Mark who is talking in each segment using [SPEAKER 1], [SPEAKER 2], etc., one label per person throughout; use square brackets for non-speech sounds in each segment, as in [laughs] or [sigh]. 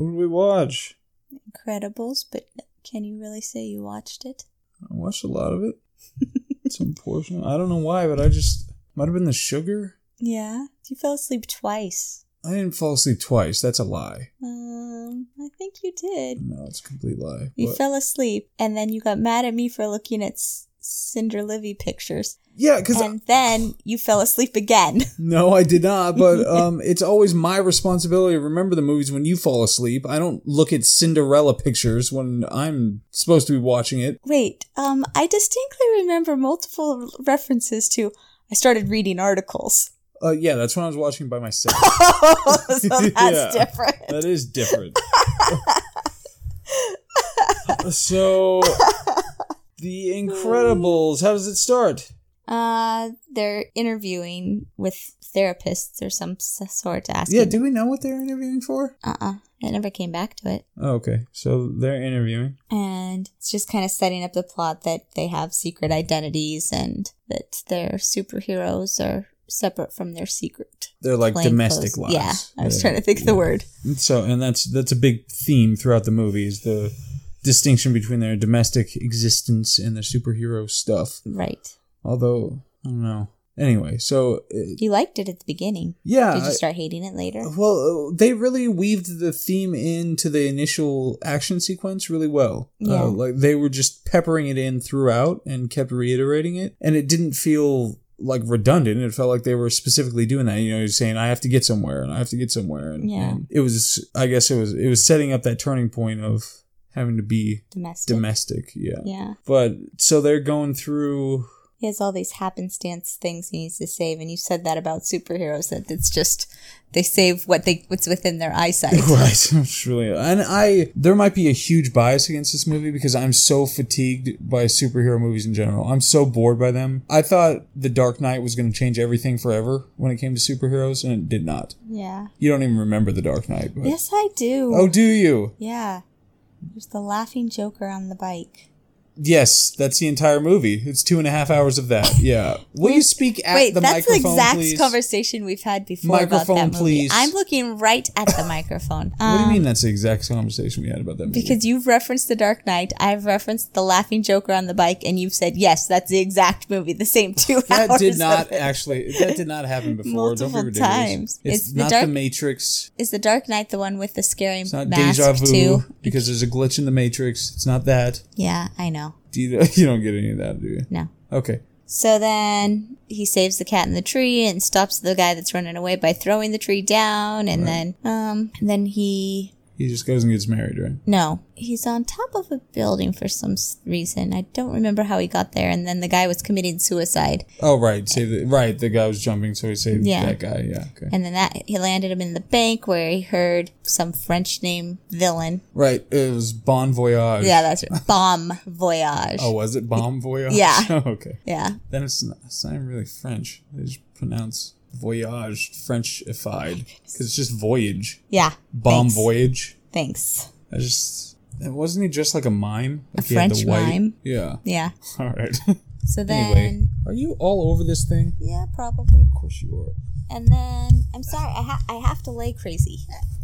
[SPEAKER 1] watch?
[SPEAKER 2] Incredibles, but can you really say you watched it?
[SPEAKER 1] I watched a lot
[SPEAKER 2] [laughs]
[SPEAKER 1] of it. Some portion. I don't know why, but I just might have been the sugar.
[SPEAKER 2] Yeah. You fell asleep twice.
[SPEAKER 1] I didn't fall asleep twice. That's a lie.
[SPEAKER 2] Um, I think you did.
[SPEAKER 1] No, it's a complete lie.
[SPEAKER 2] You
[SPEAKER 1] But-
[SPEAKER 2] fell asleep, and then you got mad at me for looking at S- Cinder Livy
[SPEAKER 1] [laughs]
[SPEAKER 2] pictures,
[SPEAKER 1] yeah, because
[SPEAKER 2] and then you fell asleep again. [laughs]
[SPEAKER 1] no, I did not. But um, it's always my responsibility to remember the movies when you fall asleep. I don't look at Cinderella pictures when I'm supposed to be watching it.
[SPEAKER 2] Wait, um, I distinctly remember multiple r- references to. I started reading articles. [laughs]
[SPEAKER 1] Uh, yeah, that's when I was watching by myself.
[SPEAKER 2] Oh, so
[SPEAKER 1] [laughs]
[SPEAKER 2] that's
[SPEAKER 1] Yeah.
[SPEAKER 2] different.
[SPEAKER 1] That is
[SPEAKER 2] [laughs]
[SPEAKER 1] different. so, The Incredibles. How does it start?
[SPEAKER 2] Uh, they're interviewing with therapists or some s- sort to ask.
[SPEAKER 1] Yeah, do we know what they're interviewing for?
[SPEAKER 2] Uh uh It never came back to it.
[SPEAKER 1] Oh, okay, so they're interviewing.
[SPEAKER 2] And it's just kind of setting up the plot that they have secret identities and that their superheroes are separate from their secret.
[SPEAKER 1] They're like
[SPEAKER 2] plain
[SPEAKER 1] domestic
[SPEAKER 2] clothes.
[SPEAKER 1] lives.
[SPEAKER 2] Yeah, I was trying to think of the word.
[SPEAKER 1] So, and that's that's a big theme throughout the movie is the distinction between their domestic existence and their superhero stuff.
[SPEAKER 2] Right.
[SPEAKER 1] Although I don't know. Anyway, so uh,
[SPEAKER 2] You liked it at the beginning.
[SPEAKER 1] yeah,
[SPEAKER 2] Did you start hating it later?
[SPEAKER 1] Well, uh, they really weaved the theme into the initial action sequence really well.
[SPEAKER 2] Yeah.
[SPEAKER 1] Uh, like they were just peppering it in throughout and kept reiterating it, and it didn't feel like redundant. It felt like they were specifically doing that. You know, you're saying I have to get somewhere and I have to get somewhere, and,
[SPEAKER 2] Yeah.
[SPEAKER 1] and it was. I guess it was. It was setting up that turning point of having to be
[SPEAKER 2] Domestic.
[SPEAKER 1] domestic. Yeah.
[SPEAKER 2] yeah.
[SPEAKER 1] But so they're going through.
[SPEAKER 2] He has all these happenstance things he needs to save, and you said that about superheroes that it's just they save what they what's within their
[SPEAKER 1] [laughs]
[SPEAKER 2] eyesight.
[SPEAKER 1] Right, it's really, and I there might be a huge bias against this movie because I'm so fatigued by superhero movies in general. I'm so bored by them. I thought The Dark Knight was going to change everything forever when it came to superheroes, and it did not.
[SPEAKER 2] Yeah.
[SPEAKER 1] You don't even remember The Dark Knight, but
[SPEAKER 2] Yes, I do.
[SPEAKER 1] oh, do you?
[SPEAKER 2] Yeah. There's the laughing Joker on the bike.
[SPEAKER 1] Yes, that's the entire movie. It's two and a half hours of that. Yeah. Will you speak at
[SPEAKER 2] Wait,
[SPEAKER 1] the
[SPEAKER 2] that's the
[SPEAKER 1] microphone,
[SPEAKER 2] exact
[SPEAKER 1] please?
[SPEAKER 2] conversation we've had before about
[SPEAKER 1] Microphone,
[SPEAKER 2] that movie.
[SPEAKER 1] please.
[SPEAKER 2] I'm looking right at the microphone.
[SPEAKER 1] what do you
[SPEAKER 2] Um,
[SPEAKER 1] mean? That's the exact conversation we had about that movie.
[SPEAKER 2] Because you've referenced The Dark Knight, I've referenced The Laughing Joker on the bike, and you've said yes, that's the exact movie, the same two
[SPEAKER 1] that
[SPEAKER 2] hours.
[SPEAKER 1] did
[SPEAKER 2] of [laughs]
[SPEAKER 1] not
[SPEAKER 2] it.
[SPEAKER 1] actually. That did not happen before. Don't be
[SPEAKER 2] Multiple
[SPEAKER 1] ridiculous.
[SPEAKER 2] times.
[SPEAKER 1] It's,
[SPEAKER 2] It's the
[SPEAKER 1] not
[SPEAKER 2] dark-
[SPEAKER 1] the Matrix.
[SPEAKER 2] Is The Dark Knight the one with the scary
[SPEAKER 1] It's not deja
[SPEAKER 2] mask
[SPEAKER 1] vu
[SPEAKER 2] too?
[SPEAKER 1] because there's a glitch in the Matrix. It's not that.
[SPEAKER 2] Yeah, I know.
[SPEAKER 1] Do you, [laughs] you don't get any of that, do you?
[SPEAKER 2] No.
[SPEAKER 1] Okay.
[SPEAKER 2] So then he saves the cat in the tree and stops the guy that's running away by throwing the tree down, and then um, and then he
[SPEAKER 1] He just goes and gets married, right?
[SPEAKER 2] No, he's on top of a building for some s- reason. I don't remember how he got there. And then the guy was committing suicide.
[SPEAKER 1] Oh, right. Say the, right. The guy was jumping, so he saved
[SPEAKER 2] Yeah.
[SPEAKER 1] that guy. Yeah. Okay.
[SPEAKER 2] And then that he landed him in the bank where he heard some French name villain.
[SPEAKER 1] right. It was Bon Voyage. [laughs]
[SPEAKER 2] Yeah, that's right. Bomb Voyage.
[SPEAKER 1] Oh, was it Bon Voyage?
[SPEAKER 2] Yeah.
[SPEAKER 1] [laughs] Oh, okay.
[SPEAKER 2] Yeah.
[SPEAKER 1] Then it's not, it's not even really French. They just pronounce voyage Frenchified because it's just voyage.
[SPEAKER 2] Yeah.
[SPEAKER 1] Bomb
[SPEAKER 2] Thanks.
[SPEAKER 1] voyage.
[SPEAKER 2] Thanks.
[SPEAKER 1] I just wasn't he just like a mime? Like he
[SPEAKER 2] French mime?
[SPEAKER 1] Yeah. [laughs]
[SPEAKER 2] Yeah.
[SPEAKER 1] All right.
[SPEAKER 2] So then.
[SPEAKER 1] anyway, are you all over this thing?
[SPEAKER 2] Yeah, probably.
[SPEAKER 1] Of course you are.
[SPEAKER 2] And then I'm sorry, I, ha- I have to lay crazy.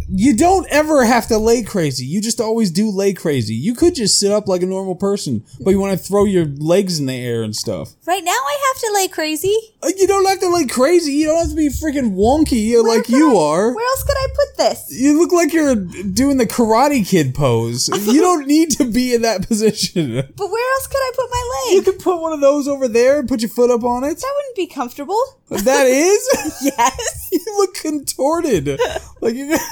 [SPEAKER 1] You don't ever have to lay crazy. You just always do lay crazy. You could just sit up like a normal person, but you want to throw your legs in the air and stuff.
[SPEAKER 2] Right now, I have to lay crazy.
[SPEAKER 1] Uh, You don't have to lay crazy. You don't have to be freaking wonky uh, like
[SPEAKER 2] could
[SPEAKER 1] you
[SPEAKER 2] I-
[SPEAKER 1] are.
[SPEAKER 2] Where else could I put this?
[SPEAKER 1] You look like you're doing the Karate Kid [laughs] pose. You don't need to be in that position.
[SPEAKER 2] But where else could I put my
[SPEAKER 1] You
[SPEAKER 2] leg?
[SPEAKER 1] could put one of those over there and put your foot up on it.
[SPEAKER 2] That wouldn't be comfortable. [laughs]
[SPEAKER 1] That [laughs] is?
[SPEAKER 2] Yes.
[SPEAKER 1] you look contorted. Like you [laughs]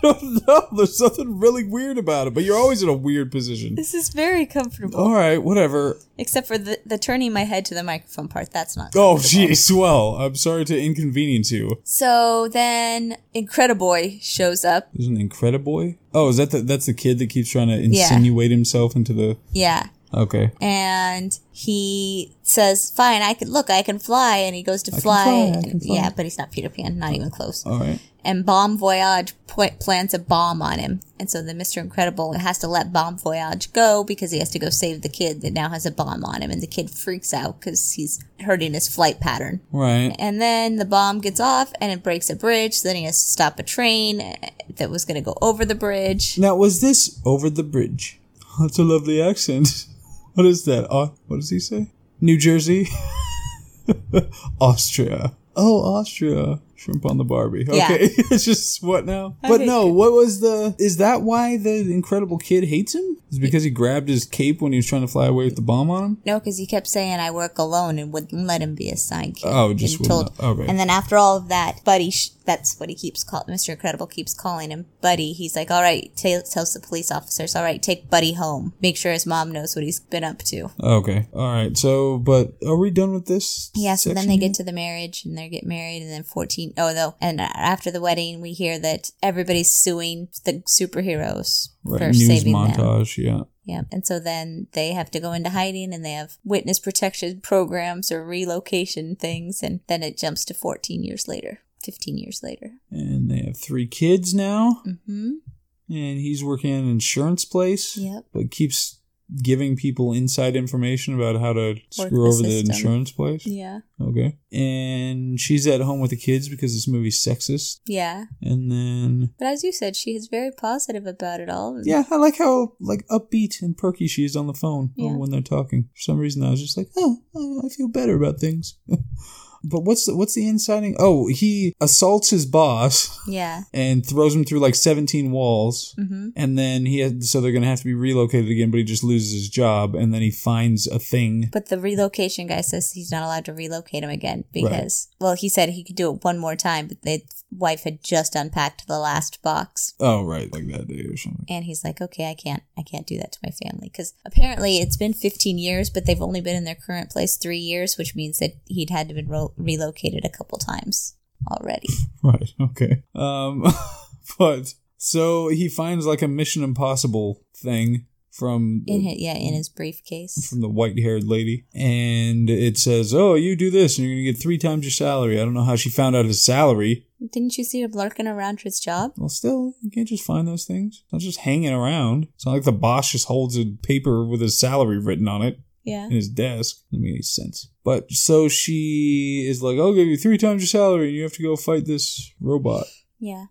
[SPEAKER 1] I don't know. There's something really weird about it, but you're always in a weird position.
[SPEAKER 2] This is very comfortable.
[SPEAKER 1] All right, whatever.
[SPEAKER 2] Except for the, the turning my head to the microphone part. That's not.
[SPEAKER 1] Oh, jeez. Well, I'm sorry to inconvenience you.
[SPEAKER 2] So then Incrediboy shows up.
[SPEAKER 1] There's an Incrediboy. Oh, is that the, that's the kid that keeps trying to insinuate himself into the?
[SPEAKER 2] Yeah.
[SPEAKER 1] Okay.
[SPEAKER 2] And he says, fine, I can look, I can fly. And he goes to
[SPEAKER 1] can
[SPEAKER 2] fly.
[SPEAKER 1] fly, I
[SPEAKER 2] and,
[SPEAKER 1] can fly. Uh.
[SPEAKER 2] Yeah, but he's not Peter Pan, not even close.
[SPEAKER 1] All right.
[SPEAKER 2] And Bomb Voyage point, plants a bomb on him. And so then Mr. Incredible has to let Bomb Voyage go because he has to go save the kid that now has a bomb on him. And the kid freaks out because he's hurting his flight pattern.
[SPEAKER 1] Right.
[SPEAKER 2] And then the bomb gets off and it breaks a bridge. Then he has to stop a train that was going to go over the bridge.
[SPEAKER 1] Now, was this over the bridge? [laughs] That's a lovely accent. [laughs] What is that? Au- what does he say? New Jersey? [laughs] Austria. Oh, Austria. Shrimp on the Barbie. Okay. [laughs]
[SPEAKER 2] Yeah.
[SPEAKER 1] it's just what now? But
[SPEAKER 2] think-
[SPEAKER 1] no, what was the. Is that why the incredible kid hates him? Is it because he grabbed his cape when he was trying to fly away with the bomb on him?
[SPEAKER 2] No, because he kept saying I work alone and wouldn't let him be assigned. Kid.
[SPEAKER 1] Oh, just
[SPEAKER 2] And
[SPEAKER 1] wouldn't let- okay.
[SPEAKER 2] And then after all of that, Buddy, sh- that's what he keeps call Mr. Incredible keeps calling him Buddy. He's like, all right, ta- tells the police officers, all right, take Buddy home. Make sure his mom knows what he's been up to.
[SPEAKER 1] Okay. All right. So, but are we done with this?
[SPEAKER 2] Yeah, so then
[SPEAKER 1] section
[SPEAKER 2] they
[SPEAKER 1] here?
[SPEAKER 2] get to the marriage and they get married, and then 14. Oh, though. And after the wedding, we hear that everybody's suing the superheroes
[SPEAKER 1] right,
[SPEAKER 2] for
[SPEAKER 1] news
[SPEAKER 2] saving them.
[SPEAKER 1] montage. Yeah.
[SPEAKER 2] Yeah. And so then they have to go into hiding and they have witness protection programs or relocation things. And then it jumps to 14 years later, 15 years later.
[SPEAKER 1] And they have three kids now,
[SPEAKER 2] hmm
[SPEAKER 1] and he's working at an insurance place.
[SPEAKER 2] Yep.
[SPEAKER 1] But keeps giving people inside information about how to screw
[SPEAKER 2] the
[SPEAKER 1] over the
[SPEAKER 2] system.
[SPEAKER 1] insurance place.
[SPEAKER 2] Yeah.
[SPEAKER 1] Okay. And she's at home with the kids because this movie's sexist.
[SPEAKER 2] Yeah.
[SPEAKER 1] And then
[SPEAKER 2] But as you said, she is very positive about it all.
[SPEAKER 1] yeah, I like how like upbeat and perky she is on the phone
[SPEAKER 2] Yeah.
[SPEAKER 1] when they're talking. For some reason, I was just like, oh, oh, I feel better about things. [laughs] but what's the, what's the inciting? Oh, he assaults his boss
[SPEAKER 2] Yeah.
[SPEAKER 1] and throws him through like seventeen walls.
[SPEAKER 2] hmm
[SPEAKER 1] And then he had, so they're gonna have to be relocated again, but he just loses his job, and then he finds a thing.
[SPEAKER 2] But the relocation guy says he's not allowed to relocate him again because, well, he said he could do it one more time, but the wife had just unpacked the last box.
[SPEAKER 1] Oh right, like that day or something. [laughs]
[SPEAKER 2] And he's like, okay, I can't, I can't do that to my family because apparently it's been 15 years, but they've only been in their current place three years, which means that he'd had to been ro- relocated a couple times already.
[SPEAKER 1] Right. Okay. Um, [laughs] but so he finds like a Mission Impossible thing from
[SPEAKER 2] In his, yeah, in his briefcase.
[SPEAKER 1] from the white haired lady. And it says, Oh, you do this and you're going to get three times your salary. I don't know how she found out his salary.
[SPEAKER 2] Didn't you see him lurking around his job?
[SPEAKER 1] Well, still, you can't just find those things. It's not just hanging around. It's not like the boss just holds a paper with his salary written on it
[SPEAKER 2] Yeah.
[SPEAKER 1] in his desk. Doesn't make any sense. But so she is like, I'll give you three times your salary and you have to go fight this robot.
[SPEAKER 2] Yeah.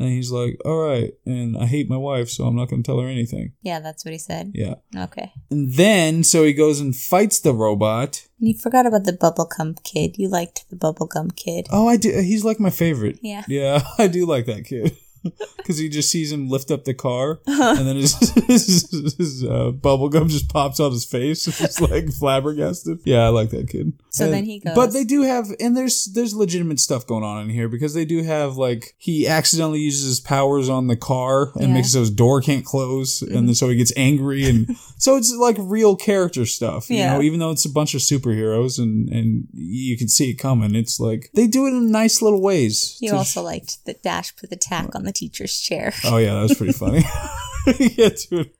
[SPEAKER 1] And he's like, All right. And I hate my wife, so I'm not going to tell her anything.
[SPEAKER 2] Yeah, that's what he said.
[SPEAKER 1] Yeah.
[SPEAKER 2] Okay.
[SPEAKER 1] And then, so he goes and fights the robot.
[SPEAKER 2] And you forgot about the bubblegum kid. You liked the bubblegum kid.
[SPEAKER 1] Oh, I do. He's like my favorite. [laughs]
[SPEAKER 2] Yeah.
[SPEAKER 1] Yeah, I do like that
[SPEAKER 2] [laughs]
[SPEAKER 1] kid. Because he just sees him lift up the car,
[SPEAKER 2] Uh-huh.
[SPEAKER 1] and then his, [laughs] his, his uh, bubble gum just pops out his face. [laughs] It's like flabbergasted. Yeah, I like that kid.
[SPEAKER 2] So
[SPEAKER 1] And-
[SPEAKER 2] then he goes-
[SPEAKER 1] But they do have, and there's there's legitimate stuff going on in here because they do have like he accidentally uses his powers on the car and
[SPEAKER 2] Yeah. Mm-hmm.
[SPEAKER 1] makes it so his door can't close, and then so he gets angry,
[SPEAKER 2] [laughs]
[SPEAKER 1] and so it's like real character stuff. You
[SPEAKER 2] Yeah.
[SPEAKER 1] know, even though it's a bunch of superheroes and and you can see it coming, it's like they do it in nice little ways.
[SPEAKER 2] You
[SPEAKER 1] to
[SPEAKER 2] also liked that Dash put the tack on the teacher's chair. [laughs]
[SPEAKER 1] Oh yeah, that was pretty funny. [laughs] yeah, dude.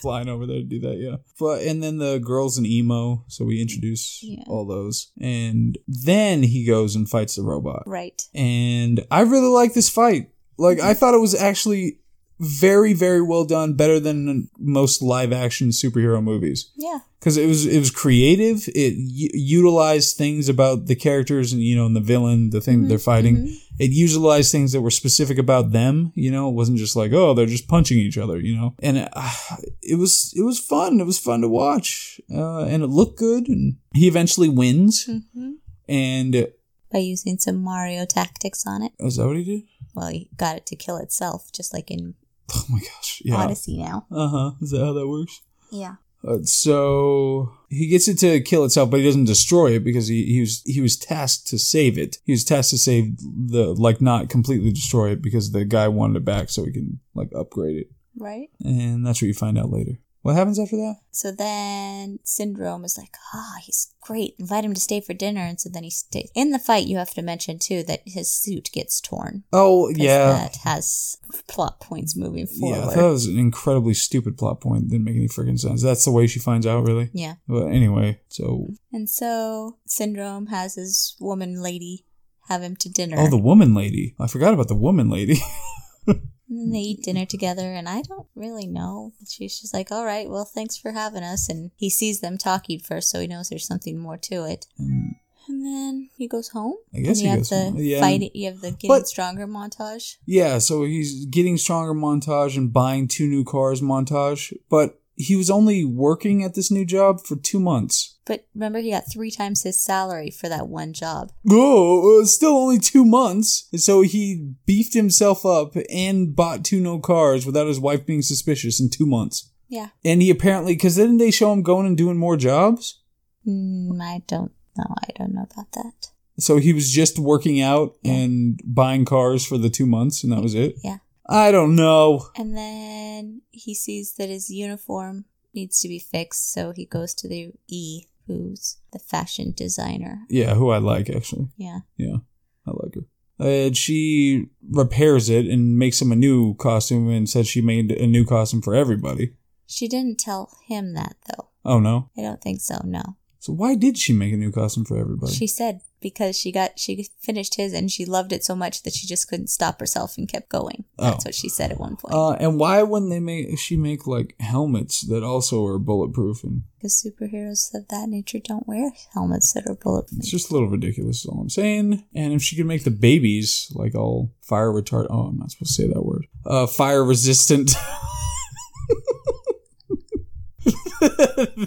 [SPEAKER 1] Flying over there to do that, yeah. But and then the girls in emo, so we introduce
[SPEAKER 2] Yeah.
[SPEAKER 1] all those, and then he goes and fights the robot.
[SPEAKER 2] Right.
[SPEAKER 1] And I really like this fight. Like I thought it was actually very, very well done, better than most live action superhero movies
[SPEAKER 2] Yeah.
[SPEAKER 1] because it was it was creative. It u- utilized things about the characters and you know and the villain, the thing that they're fighting. It utilized things that were specific about them. You know, it wasn't just like oh they're just punching each other. You know, and uh, it was it was fun. It was fun to watch, uh, and it looked good. And he eventually wins.
[SPEAKER 2] hmm
[SPEAKER 1] And uh,
[SPEAKER 2] By using some Mario tactics on it.
[SPEAKER 1] is that what he did? [laughs]
[SPEAKER 2] Well, he got it to kill itself, just like in
[SPEAKER 1] Oh my gosh! Yeah.
[SPEAKER 2] Odyssey now.
[SPEAKER 1] Uh huh. Is that how that works?
[SPEAKER 2] Yeah.
[SPEAKER 1] Uh, so he gets it to kill itself, but he doesn't destroy it because he, he was he was tasked to save it. He was tasked to save the like not completely destroy it because the guy wanted it back so he can like upgrade it,
[SPEAKER 2] Right?
[SPEAKER 1] and that's what you find out later. What happens after that?
[SPEAKER 2] So then Syndrome is like, ah, he's great. Invite him to stay for dinner. And so then he stays. In the fight, you have to mention, too, that his suit gets torn.
[SPEAKER 1] Oh
[SPEAKER 2] 'Cause
[SPEAKER 1] yeah,
[SPEAKER 2] That has plot points moving
[SPEAKER 1] yeah. I
[SPEAKER 2] forward.
[SPEAKER 1] thought it was an incredibly stupid plot point. Didn't make any freaking sense. That's the way she finds out, really.
[SPEAKER 2] yeah.
[SPEAKER 1] But anyway, so
[SPEAKER 2] And so Syndrome has his woman lady have him to dinner.
[SPEAKER 1] oh, the woman lady. I forgot about the woman lady. [laughs]
[SPEAKER 2] And then they eat dinner together, and I don't really know. She's just like, all right, well, thanks for having us. And he sees them talking first, so he knows there's something more to it.
[SPEAKER 1] And
[SPEAKER 2] And then he goes home.
[SPEAKER 1] I guess
[SPEAKER 2] and you
[SPEAKER 1] he
[SPEAKER 2] have
[SPEAKER 1] goes
[SPEAKER 2] the
[SPEAKER 1] home. Yeah.
[SPEAKER 2] fighting. You have the getting
[SPEAKER 1] But-
[SPEAKER 2] stronger montage.
[SPEAKER 1] Yeah, so he's getting stronger montage and buying two new cars montage, but he was only working at this new job for two months.
[SPEAKER 2] But remember, he got three times his salary for that one job.
[SPEAKER 1] Oh, uh, still only two months. So he beefed himself up and bought two new cars without his wife being suspicious in two months.
[SPEAKER 2] Yeah.
[SPEAKER 1] And he apparently, because didn't they show him going and doing more jobs?
[SPEAKER 2] Mm, I don't know. I don't know about that.
[SPEAKER 1] So he was just working out and buying cars for the two months, and that was it.
[SPEAKER 2] Yeah.
[SPEAKER 1] I don't know.
[SPEAKER 2] And then he sees that his uniform needs to be fixed, so he goes to the E, who's the fashion designer.
[SPEAKER 1] Yeah, who I like actually.
[SPEAKER 2] Yeah.
[SPEAKER 1] Yeah, I like her. And she repairs it and makes him a new costume and says she made a new costume for everybody.
[SPEAKER 2] She didn't tell him that, though.
[SPEAKER 1] Oh no.
[SPEAKER 2] I don't think so, no.
[SPEAKER 1] So why did she make a new costume for everybody?
[SPEAKER 2] She said because she got she finished his and she loved it so much that she just couldn't stop herself and kept going. That's
[SPEAKER 1] Oh.
[SPEAKER 2] what she said at one point.
[SPEAKER 1] uh, and why wouldn't they make she make like helmets that also are bulletproof and
[SPEAKER 2] Because superheroes of that nature don't wear helmets that are bulletproof.
[SPEAKER 1] it's just a little ridiculous is all I'm saying. And if she could make the babies like all fire retard oh I'm not supposed to say that word. Uh fire resistant [laughs]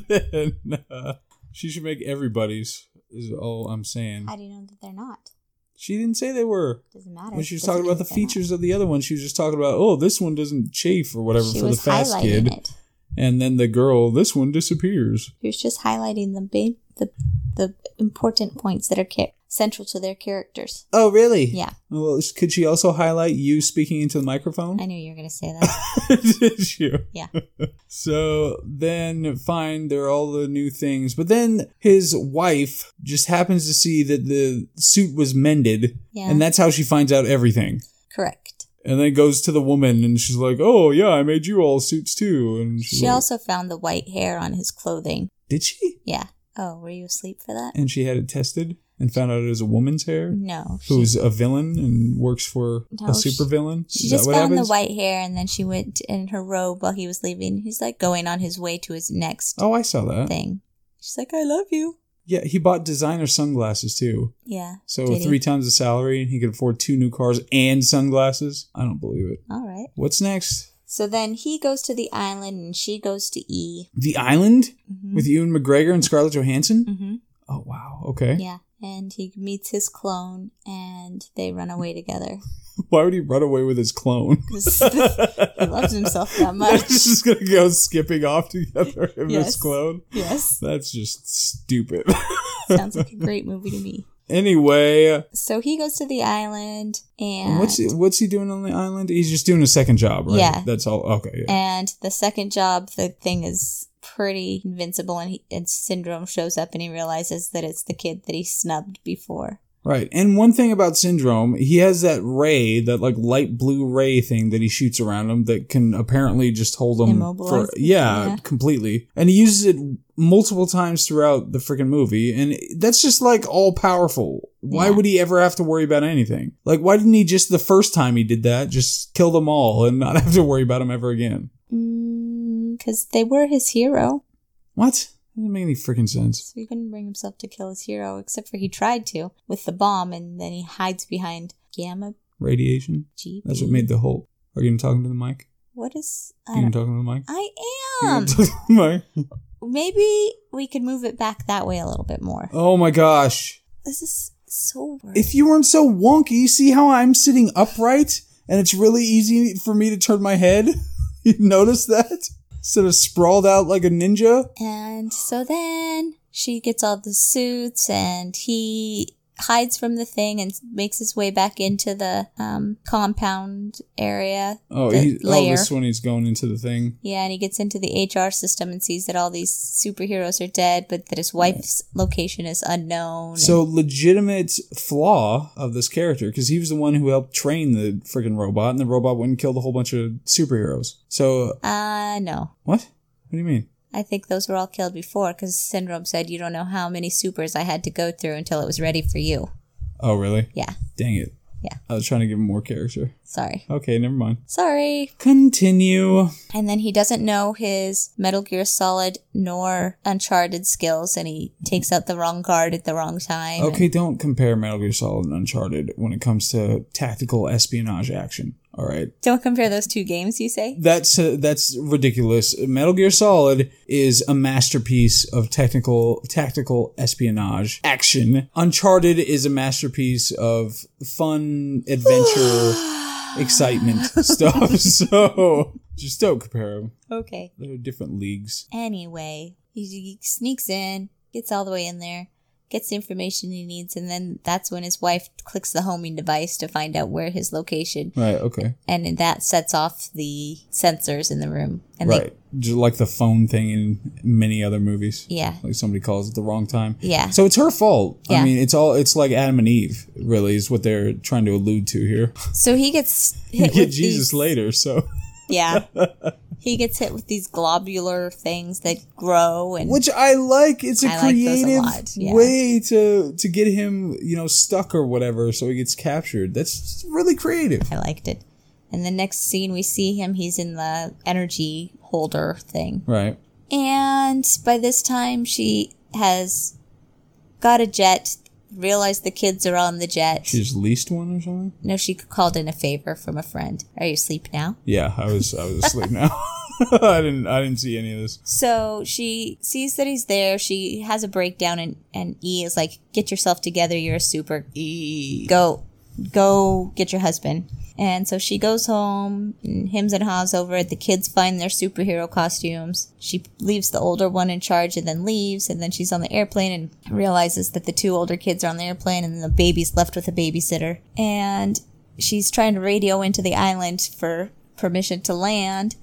[SPEAKER 1] then uh, she should make everybody's is all I'm saying.
[SPEAKER 2] How do you know that they're not?
[SPEAKER 1] She didn't say they were.
[SPEAKER 2] Doesn't matter.
[SPEAKER 1] When she was
[SPEAKER 2] Doesn't
[SPEAKER 1] talking
[SPEAKER 2] mean
[SPEAKER 1] about the
[SPEAKER 2] that they're not.
[SPEAKER 1] features of the other one, she was just talking about, oh, this one doesn't chafe or whatever
[SPEAKER 2] she
[SPEAKER 1] for the
[SPEAKER 2] was
[SPEAKER 1] fast
[SPEAKER 2] highlighting
[SPEAKER 1] kid.
[SPEAKER 2] it.
[SPEAKER 1] And then the girl, this one disappears.
[SPEAKER 2] She was just highlighting the big, the the important points that are ca- central to their characters.
[SPEAKER 1] Oh, really?
[SPEAKER 2] Yeah,
[SPEAKER 1] Well, could she also highlight you speaking into the microphone?
[SPEAKER 2] I knew you were gonna say that.
[SPEAKER 1] Did you?
[SPEAKER 2] Yeah.
[SPEAKER 1] [laughs] So then, fine, there are all the new things. But then his wife just happens to see that the suit was mended. [coughs]
[SPEAKER 2] Yeah.
[SPEAKER 1] And that's how she finds out everything.
[SPEAKER 2] Correct.
[SPEAKER 1] And then goes to the woman and she's like, oh, yeah, I made you all suits too. And she's
[SPEAKER 2] She
[SPEAKER 1] like,
[SPEAKER 2] also found the white hair on his clothing.
[SPEAKER 1] Did she?
[SPEAKER 2] Yeah. Oh, were you asleep for that?
[SPEAKER 1] And she had it tested and found out it was a woman's hair
[SPEAKER 2] No. She,
[SPEAKER 1] who's a villain and works for
[SPEAKER 2] No,
[SPEAKER 1] a
[SPEAKER 2] she-
[SPEAKER 1] supervillain.
[SPEAKER 2] she just found the white hair, and then she went in her robe while he was leaving. He's like going on his way to his next
[SPEAKER 1] Oh, I saw that.
[SPEAKER 2] thing. She's like, "I love you."
[SPEAKER 1] Yeah, he bought designer sunglasses too.
[SPEAKER 2] Yeah.
[SPEAKER 1] So
[SPEAKER 2] Did he?
[SPEAKER 1] three times the salary, and he could afford two new cars and sunglasses. I don't believe it.
[SPEAKER 2] All right.
[SPEAKER 1] What's next?
[SPEAKER 2] So then he goes to the island, and she goes to E.
[SPEAKER 1] The Island
[SPEAKER 2] Mhm.
[SPEAKER 1] with Ewan McGregor and Scarlett Johansson.
[SPEAKER 2] Mm-hmm.
[SPEAKER 1] Oh wow. Okay.
[SPEAKER 2] Yeah, and he meets his clone, and they run
[SPEAKER 1] [laughs]
[SPEAKER 2] away together.
[SPEAKER 1] [laughs] Why would he run away with his clone? [laughs]
[SPEAKER 2] 'Cause [laughs] he loves himself that
[SPEAKER 1] They're
[SPEAKER 2] much.
[SPEAKER 1] just gonna go skipping off together in his
[SPEAKER 2] Yes.
[SPEAKER 1] clone.
[SPEAKER 2] Yes,
[SPEAKER 1] That's just stupid. [laughs]
[SPEAKER 2] sounds like a great movie to me.
[SPEAKER 1] anyway,
[SPEAKER 2] So he goes to the island, and
[SPEAKER 1] And What's he, what's he doing on the island? He's just doing a second job, right?
[SPEAKER 2] Yeah.
[SPEAKER 1] That's all. Okay. Yeah.
[SPEAKER 2] and the second job, the thing is pretty invincible, and, he, and Syndrome shows up, and he realizes that it's the kid that he snubbed before.
[SPEAKER 1] Right. And one thing about Syndrome, he has that ray, that like light blue ray thing that he shoots around him that can apparently just hold him
[SPEAKER 2] Immobilize
[SPEAKER 1] for
[SPEAKER 2] them,
[SPEAKER 1] yeah,
[SPEAKER 2] yeah.
[SPEAKER 1] completely. And he uses it multiple times throughout the freaking movie, and that's just like all powerful. Why
[SPEAKER 2] Yeah.
[SPEAKER 1] would he ever have to worry about anything? Like, why didn't he just the first time he did that just kill them all and not [laughs] have to worry about him ever again?
[SPEAKER 2] Because Mm, they were his hero,
[SPEAKER 1] What? Doesn't make any freaking sense.
[SPEAKER 2] so he couldn't bring himself to kill his hero, except for he tried to with the bomb, and then he hides behind Gamma
[SPEAKER 1] Radiation.
[SPEAKER 2] GB.
[SPEAKER 1] That's what made the Mm. Hulk. Are you even talking to the mic?
[SPEAKER 2] What is? I,
[SPEAKER 1] Are you even
[SPEAKER 2] don't, Um,
[SPEAKER 1] talking to the mic?
[SPEAKER 2] I
[SPEAKER 1] You even
[SPEAKER 2] am.
[SPEAKER 1] talking to the mic?
[SPEAKER 2] Maybe we could move it back that way a little bit more.
[SPEAKER 1] Oh my gosh.
[SPEAKER 2] This is so weird.
[SPEAKER 1] If you weren't so wonky, see how I'm sitting upright and it's really easy for me to turn my head? [laughs] You notice that? Instead of sprawled out like a ninja?
[SPEAKER 2] and so then she gets all the suits, and he hides from the thing and makes his way back into the um, compound area.
[SPEAKER 1] Oh,
[SPEAKER 2] the
[SPEAKER 1] he, oh,
[SPEAKER 2] layer.
[SPEAKER 1] this one he's going into the thing.
[SPEAKER 2] yeah, and he gets into the HR system and sees that all these superheroes are dead, but that his wife's location is unknown.
[SPEAKER 1] So, legitimate flaw of this character because he was the one who helped train the freaking robot, and the robot wouldn't kill the whole bunch of superheroes. So,
[SPEAKER 2] uh, no.
[SPEAKER 1] what? What do you mean?
[SPEAKER 2] I think those were all killed before because Syndrome said, You don't know how many supers I had to go through until it was ready for you.
[SPEAKER 1] Oh, really?
[SPEAKER 2] Yeah.
[SPEAKER 1] Dang it.
[SPEAKER 2] Yeah.
[SPEAKER 1] I was trying to give him more character.
[SPEAKER 2] Sorry.
[SPEAKER 1] Okay, never mind.
[SPEAKER 2] Sorry.
[SPEAKER 1] Continue.
[SPEAKER 2] And then he doesn't know his Metal Gear Solid nor Uncharted skills, and he takes out the wrong guard at the wrong time. and-
[SPEAKER 1] Okay, don't compare Metal Gear Solid and Uncharted when it comes to tactical espionage action. All right.
[SPEAKER 2] Don't compare those two games, you say? [sighs]
[SPEAKER 1] That's uh, that's ridiculous. Metal Gear Solid is a masterpiece of technical tactical espionage action. Uncharted is a masterpiece of fun adventure
[SPEAKER 2] [sighs]
[SPEAKER 1] excitement stuff. [laughs] So just don't compare them.
[SPEAKER 2] Okay.
[SPEAKER 1] They're different leagues.
[SPEAKER 2] Anyway, he, he sneaks in, gets all the way in there, gets the information he needs, and then that's when his wife clicks the homing device to find out where his location,
[SPEAKER 1] Right. Okay.
[SPEAKER 2] and then that sets off the sensors in the room. And
[SPEAKER 1] right. Just like the phone thing in many other movies.
[SPEAKER 2] They, yeah.
[SPEAKER 1] Like somebody calls at the wrong time.
[SPEAKER 2] Yeah.
[SPEAKER 1] So it's her fault.
[SPEAKER 2] Yeah.
[SPEAKER 1] I mean, it's all it's like Adam and Eve, really, is what they're trying to allude to here.
[SPEAKER 2] So
[SPEAKER 1] [laughs]
[SPEAKER 2] he gets hit
[SPEAKER 1] Get
[SPEAKER 2] [laughs] with
[SPEAKER 1] Jesus
[SPEAKER 2] these,
[SPEAKER 1] later, so [laughs]
[SPEAKER 2] yeah. he gets hit with these globular things that grow and
[SPEAKER 1] which I like. It's a
[SPEAKER 2] I like those a
[SPEAKER 1] creative
[SPEAKER 2] lot, yeah.
[SPEAKER 1] way to to get him, you know, stuck or whatever, so he gets captured. That's really creative.
[SPEAKER 2] I liked it. And the next scene we see him, he's in the energy holder thing.
[SPEAKER 1] Right.
[SPEAKER 2] And by this time, she has got a jet, realized the kids are on the jet.
[SPEAKER 1] She just leased one or something.
[SPEAKER 2] No, she called in a favor from a friend. Are you asleep now?
[SPEAKER 1] Yeah, I was I was asleep [laughs] now. I didn't I didn't see any of this.
[SPEAKER 2] So she sees that he's there. She has a breakdown, and, and E is like, Get yourself together. You're a super. E. Go, go get your husband. And so she goes home, and hims and haws over it. The kids find their superhero costumes. She leaves the older one in charge and then leaves. And then she's on the airplane and realizes that the two older kids are on the airplane, and the baby's left with a babysitter. And she's trying to radio into the island for permission to land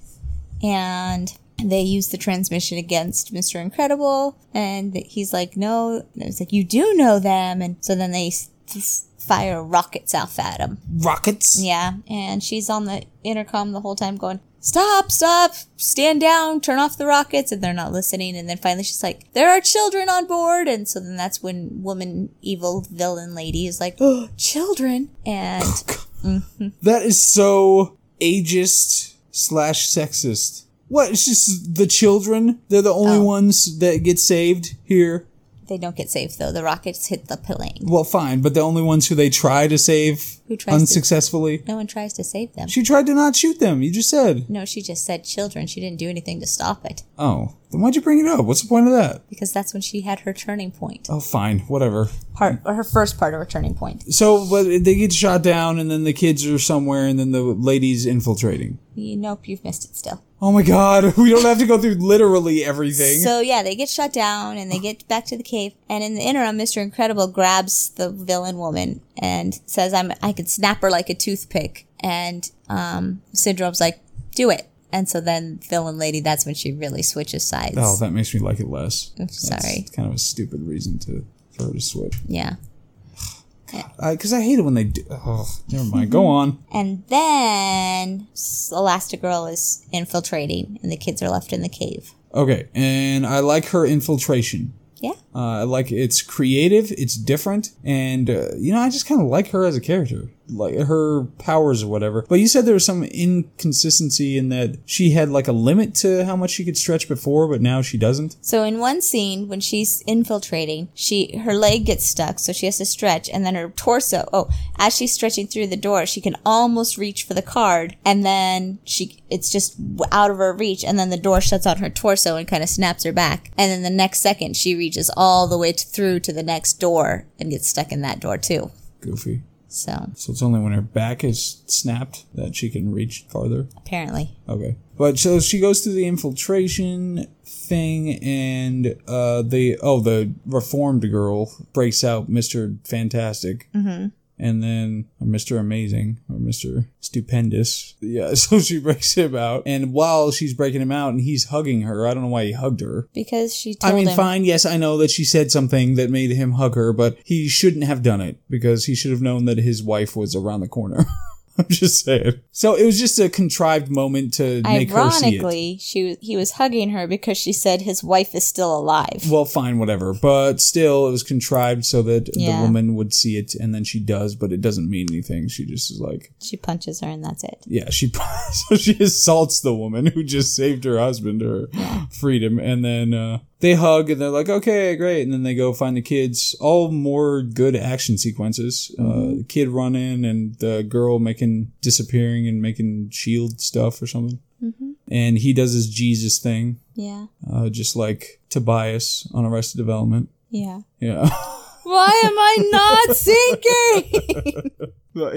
[SPEAKER 2] and they use the transmission against Mr. Incredible, and he's like, "No," and it's like, "You do know them," and so then they s- s- fire rockets off at him.
[SPEAKER 1] Rockets.
[SPEAKER 2] Yeah, and she's on the intercom the whole time, going, "Stop! Stop! Stand down! Turn off the rockets!" And they're not listening. And then finally, she's like, "There are children on board," and so then that's when woman, evil villain lady is like, "Oh, children!" And
[SPEAKER 1] [laughs] That is so ageist slash sexist. What? It's just the children? They're the only
[SPEAKER 2] Oh.
[SPEAKER 1] ones that get saved here.
[SPEAKER 2] they don't get saved though. The rockets hit the plane.
[SPEAKER 1] Well, fine, but the only ones who they try to save
[SPEAKER 2] Who tries to-
[SPEAKER 1] unsuccessfully.
[SPEAKER 2] No one tries to save them.
[SPEAKER 1] She tried to not shoot them. You just said.
[SPEAKER 2] No, she just said children. She didn't do anything to stop it
[SPEAKER 1] Oh, then why'd you bring it up? What's the point of that?
[SPEAKER 2] because that's when she had her turning point,
[SPEAKER 1] Oh, fine, whatever.
[SPEAKER 2] part or her first part of her turning point.
[SPEAKER 1] So, but they get shot down, and then the kids are somewhere, and then the lady's infiltrating.
[SPEAKER 2] You, nope, you've missed it still.
[SPEAKER 1] Oh my God, [laughs] we don't have to go through literally everything.
[SPEAKER 2] So yeah, they get shut down and they get back to the cave. And in the interim, Mister Incredible grabs the villain woman and says, "I'm I could snap her like a toothpick." And um, Syndrome's like, "Do it." And so then villain lady, that's when she really switches sides.
[SPEAKER 1] Oh, that makes me like it less.
[SPEAKER 2] sorry.
[SPEAKER 1] That's kind of a stupid reason to for her to switch.
[SPEAKER 2] Yeah.
[SPEAKER 1] Because I hate it when they do. Oh, never mind. Go on.
[SPEAKER 2] And then s- Elastigirl is infiltrating, and the kids are left in the cave.
[SPEAKER 1] Okay, and I like her infiltration.
[SPEAKER 2] Yeah.
[SPEAKER 1] Uh, I like it's creative, it's different, and uh, you know I just kind of like her as a character, like her powers or whatever. But you said there was some inconsistency in that she had like a limit to how much she could stretch before, but now she doesn't.
[SPEAKER 2] So in one scene, when she's infiltrating, she her leg gets stuck, so she has to stretch, and then her torso. Oh, as she's stretching through the door, she can almost reach for the card, and then she it's just w- out of her reach, and then the door shuts on her torso and kind of snaps her back, and then the next second she reaches all the way t- through to the next door and gets stuck in that door too.
[SPEAKER 1] Goofy.
[SPEAKER 2] So
[SPEAKER 1] So it's only when her back is snapped that she can reach farther.
[SPEAKER 2] apparently,
[SPEAKER 1] Okay. But so she goes through the infiltration thing and uh the oh the reformed girl breaks out Mr. Fantastic. Mhm. And then or Mr. Amazing or Mr. Stupendous. Yeah, [laughs] so she breaks him out. And while she's breaking him out and he's hugging her, I don't know why he hugged her.
[SPEAKER 2] because she
[SPEAKER 1] I
[SPEAKER 2] told
[SPEAKER 1] mean,
[SPEAKER 2] him,
[SPEAKER 1] fine, yes, I know that she said something that made him hug her, but he shouldn't have done it because he should have known that his wife was around the corner. [laughs] I'm just saying. So it was just a contrived moment to make her see it.
[SPEAKER 2] Ironically, she was, he was hugging her because she said his wife is still alive.
[SPEAKER 1] Well, fine, whatever. But still, it was contrived so that
[SPEAKER 2] Yeah.
[SPEAKER 1] the woman would see it, and then she does, but it doesn't mean anything. She just is like,
[SPEAKER 2] She punches her and that's it.
[SPEAKER 1] yeah, she [laughs] so she assaults the woman who just saved her husband her freedom, and then uh, they hug, and they're like, okay, great, and then they go find the kids. All more good action sequences. Uh, the kid running, and the girl making disappearing and making shield stuff or something.
[SPEAKER 2] Mm-hmm.
[SPEAKER 1] And he does his Jesus thing,
[SPEAKER 2] Yeah.
[SPEAKER 1] uh, just like Tobias on Arrested Development.
[SPEAKER 2] Yeah.
[SPEAKER 1] Yeah. [laughs]
[SPEAKER 2] Why am I [laughs] not sinking?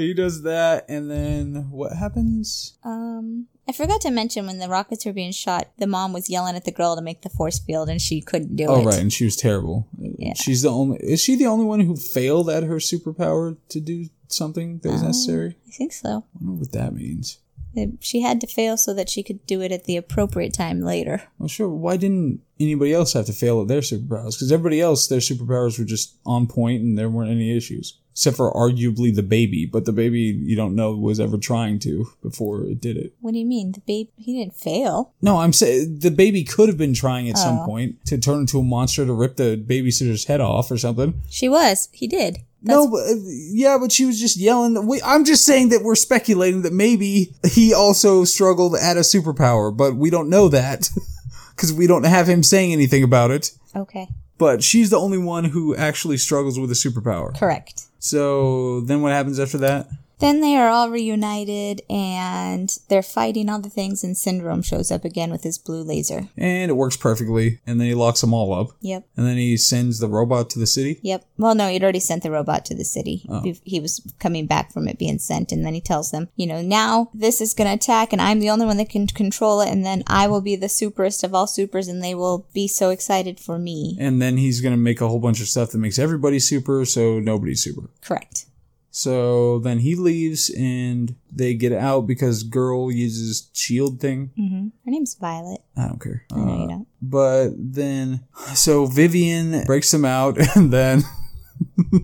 [SPEAKER 1] he does that, and then what happens?
[SPEAKER 2] um, I forgot to mention when the rockets were being shot, the mom was yelling at the girl to make the force field and she couldn't do
[SPEAKER 1] Oh,
[SPEAKER 2] it.
[SPEAKER 1] right, and she was terrible.
[SPEAKER 2] Yeah.
[SPEAKER 1] She's the only. Is she the only one who failed at her superpower to do something that was
[SPEAKER 2] Uh,
[SPEAKER 1] necessary?
[SPEAKER 2] I think so.
[SPEAKER 1] I wonder what that means.
[SPEAKER 2] It- She had to fail so that she could do it at the appropriate time later.
[SPEAKER 1] Well, sure. Why didn't anybody else have to fail at their superpowers? Because everybody else, their superpowers were just on point, and there weren't any issues, except for arguably the baby. But the baby, you don't know, was ever trying to before it did it.
[SPEAKER 2] What do you mean? The babe, he didn't fail.
[SPEAKER 1] No, I'm saying the baby could have been trying at some
[SPEAKER 2] Oh.
[SPEAKER 1] point to turn into a monster to rip the babysitter's head off or something.
[SPEAKER 2] She was. He did. That's
[SPEAKER 1] no, but, uh, yeah, but she was just yelling. We, I'm just saying that we're speculating that maybe he also struggled at a superpower, but we don't know that [laughs] because we don't have him saying anything about it.
[SPEAKER 2] okay.
[SPEAKER 1] But she's the only one who actually struggles with a superpower.
[SPEAKER 2] Correct.
[SPEAKER 1] So then what happens after that?
[SPEAKER 2] Then they are all reunited and they're fighting all the things, and Syndrome shows up again with his blue laser.
[SPEAKER 1] And it works perfectly. And then he locks them all up.
[SPEAKER 2] Yep.
[SPEAKER 1] And then he sends the robot to the city.
[SPEAKER 2] Yep. Well, no, he'd already sent the robot to the city. Be- He was coming back from it being sent, and then he tells them, you know, now this is going to attack, and I'm the only one that can control it, and then I will be the superest of all supers, and they will be so excited for me.
[SPEAKER 1] And then he's going to make a whole bunch of stuff that makes everybody super, so nobody's super.
[SPEAKER 2] Correct.
[SPEAKER 1] So then he leaves and they get out because girl uses shield thing.
[SPEAKER 2] Mm-hmm. Her name's Violet.
[SPEAKER 1] I don't care.
[SPEAKER 2] I know
[SPEAKER 1] Uh,
[SPEAKER 2] you don't.
[SPEAKER 1] but then, so Vivian breaks them out [laughs] and then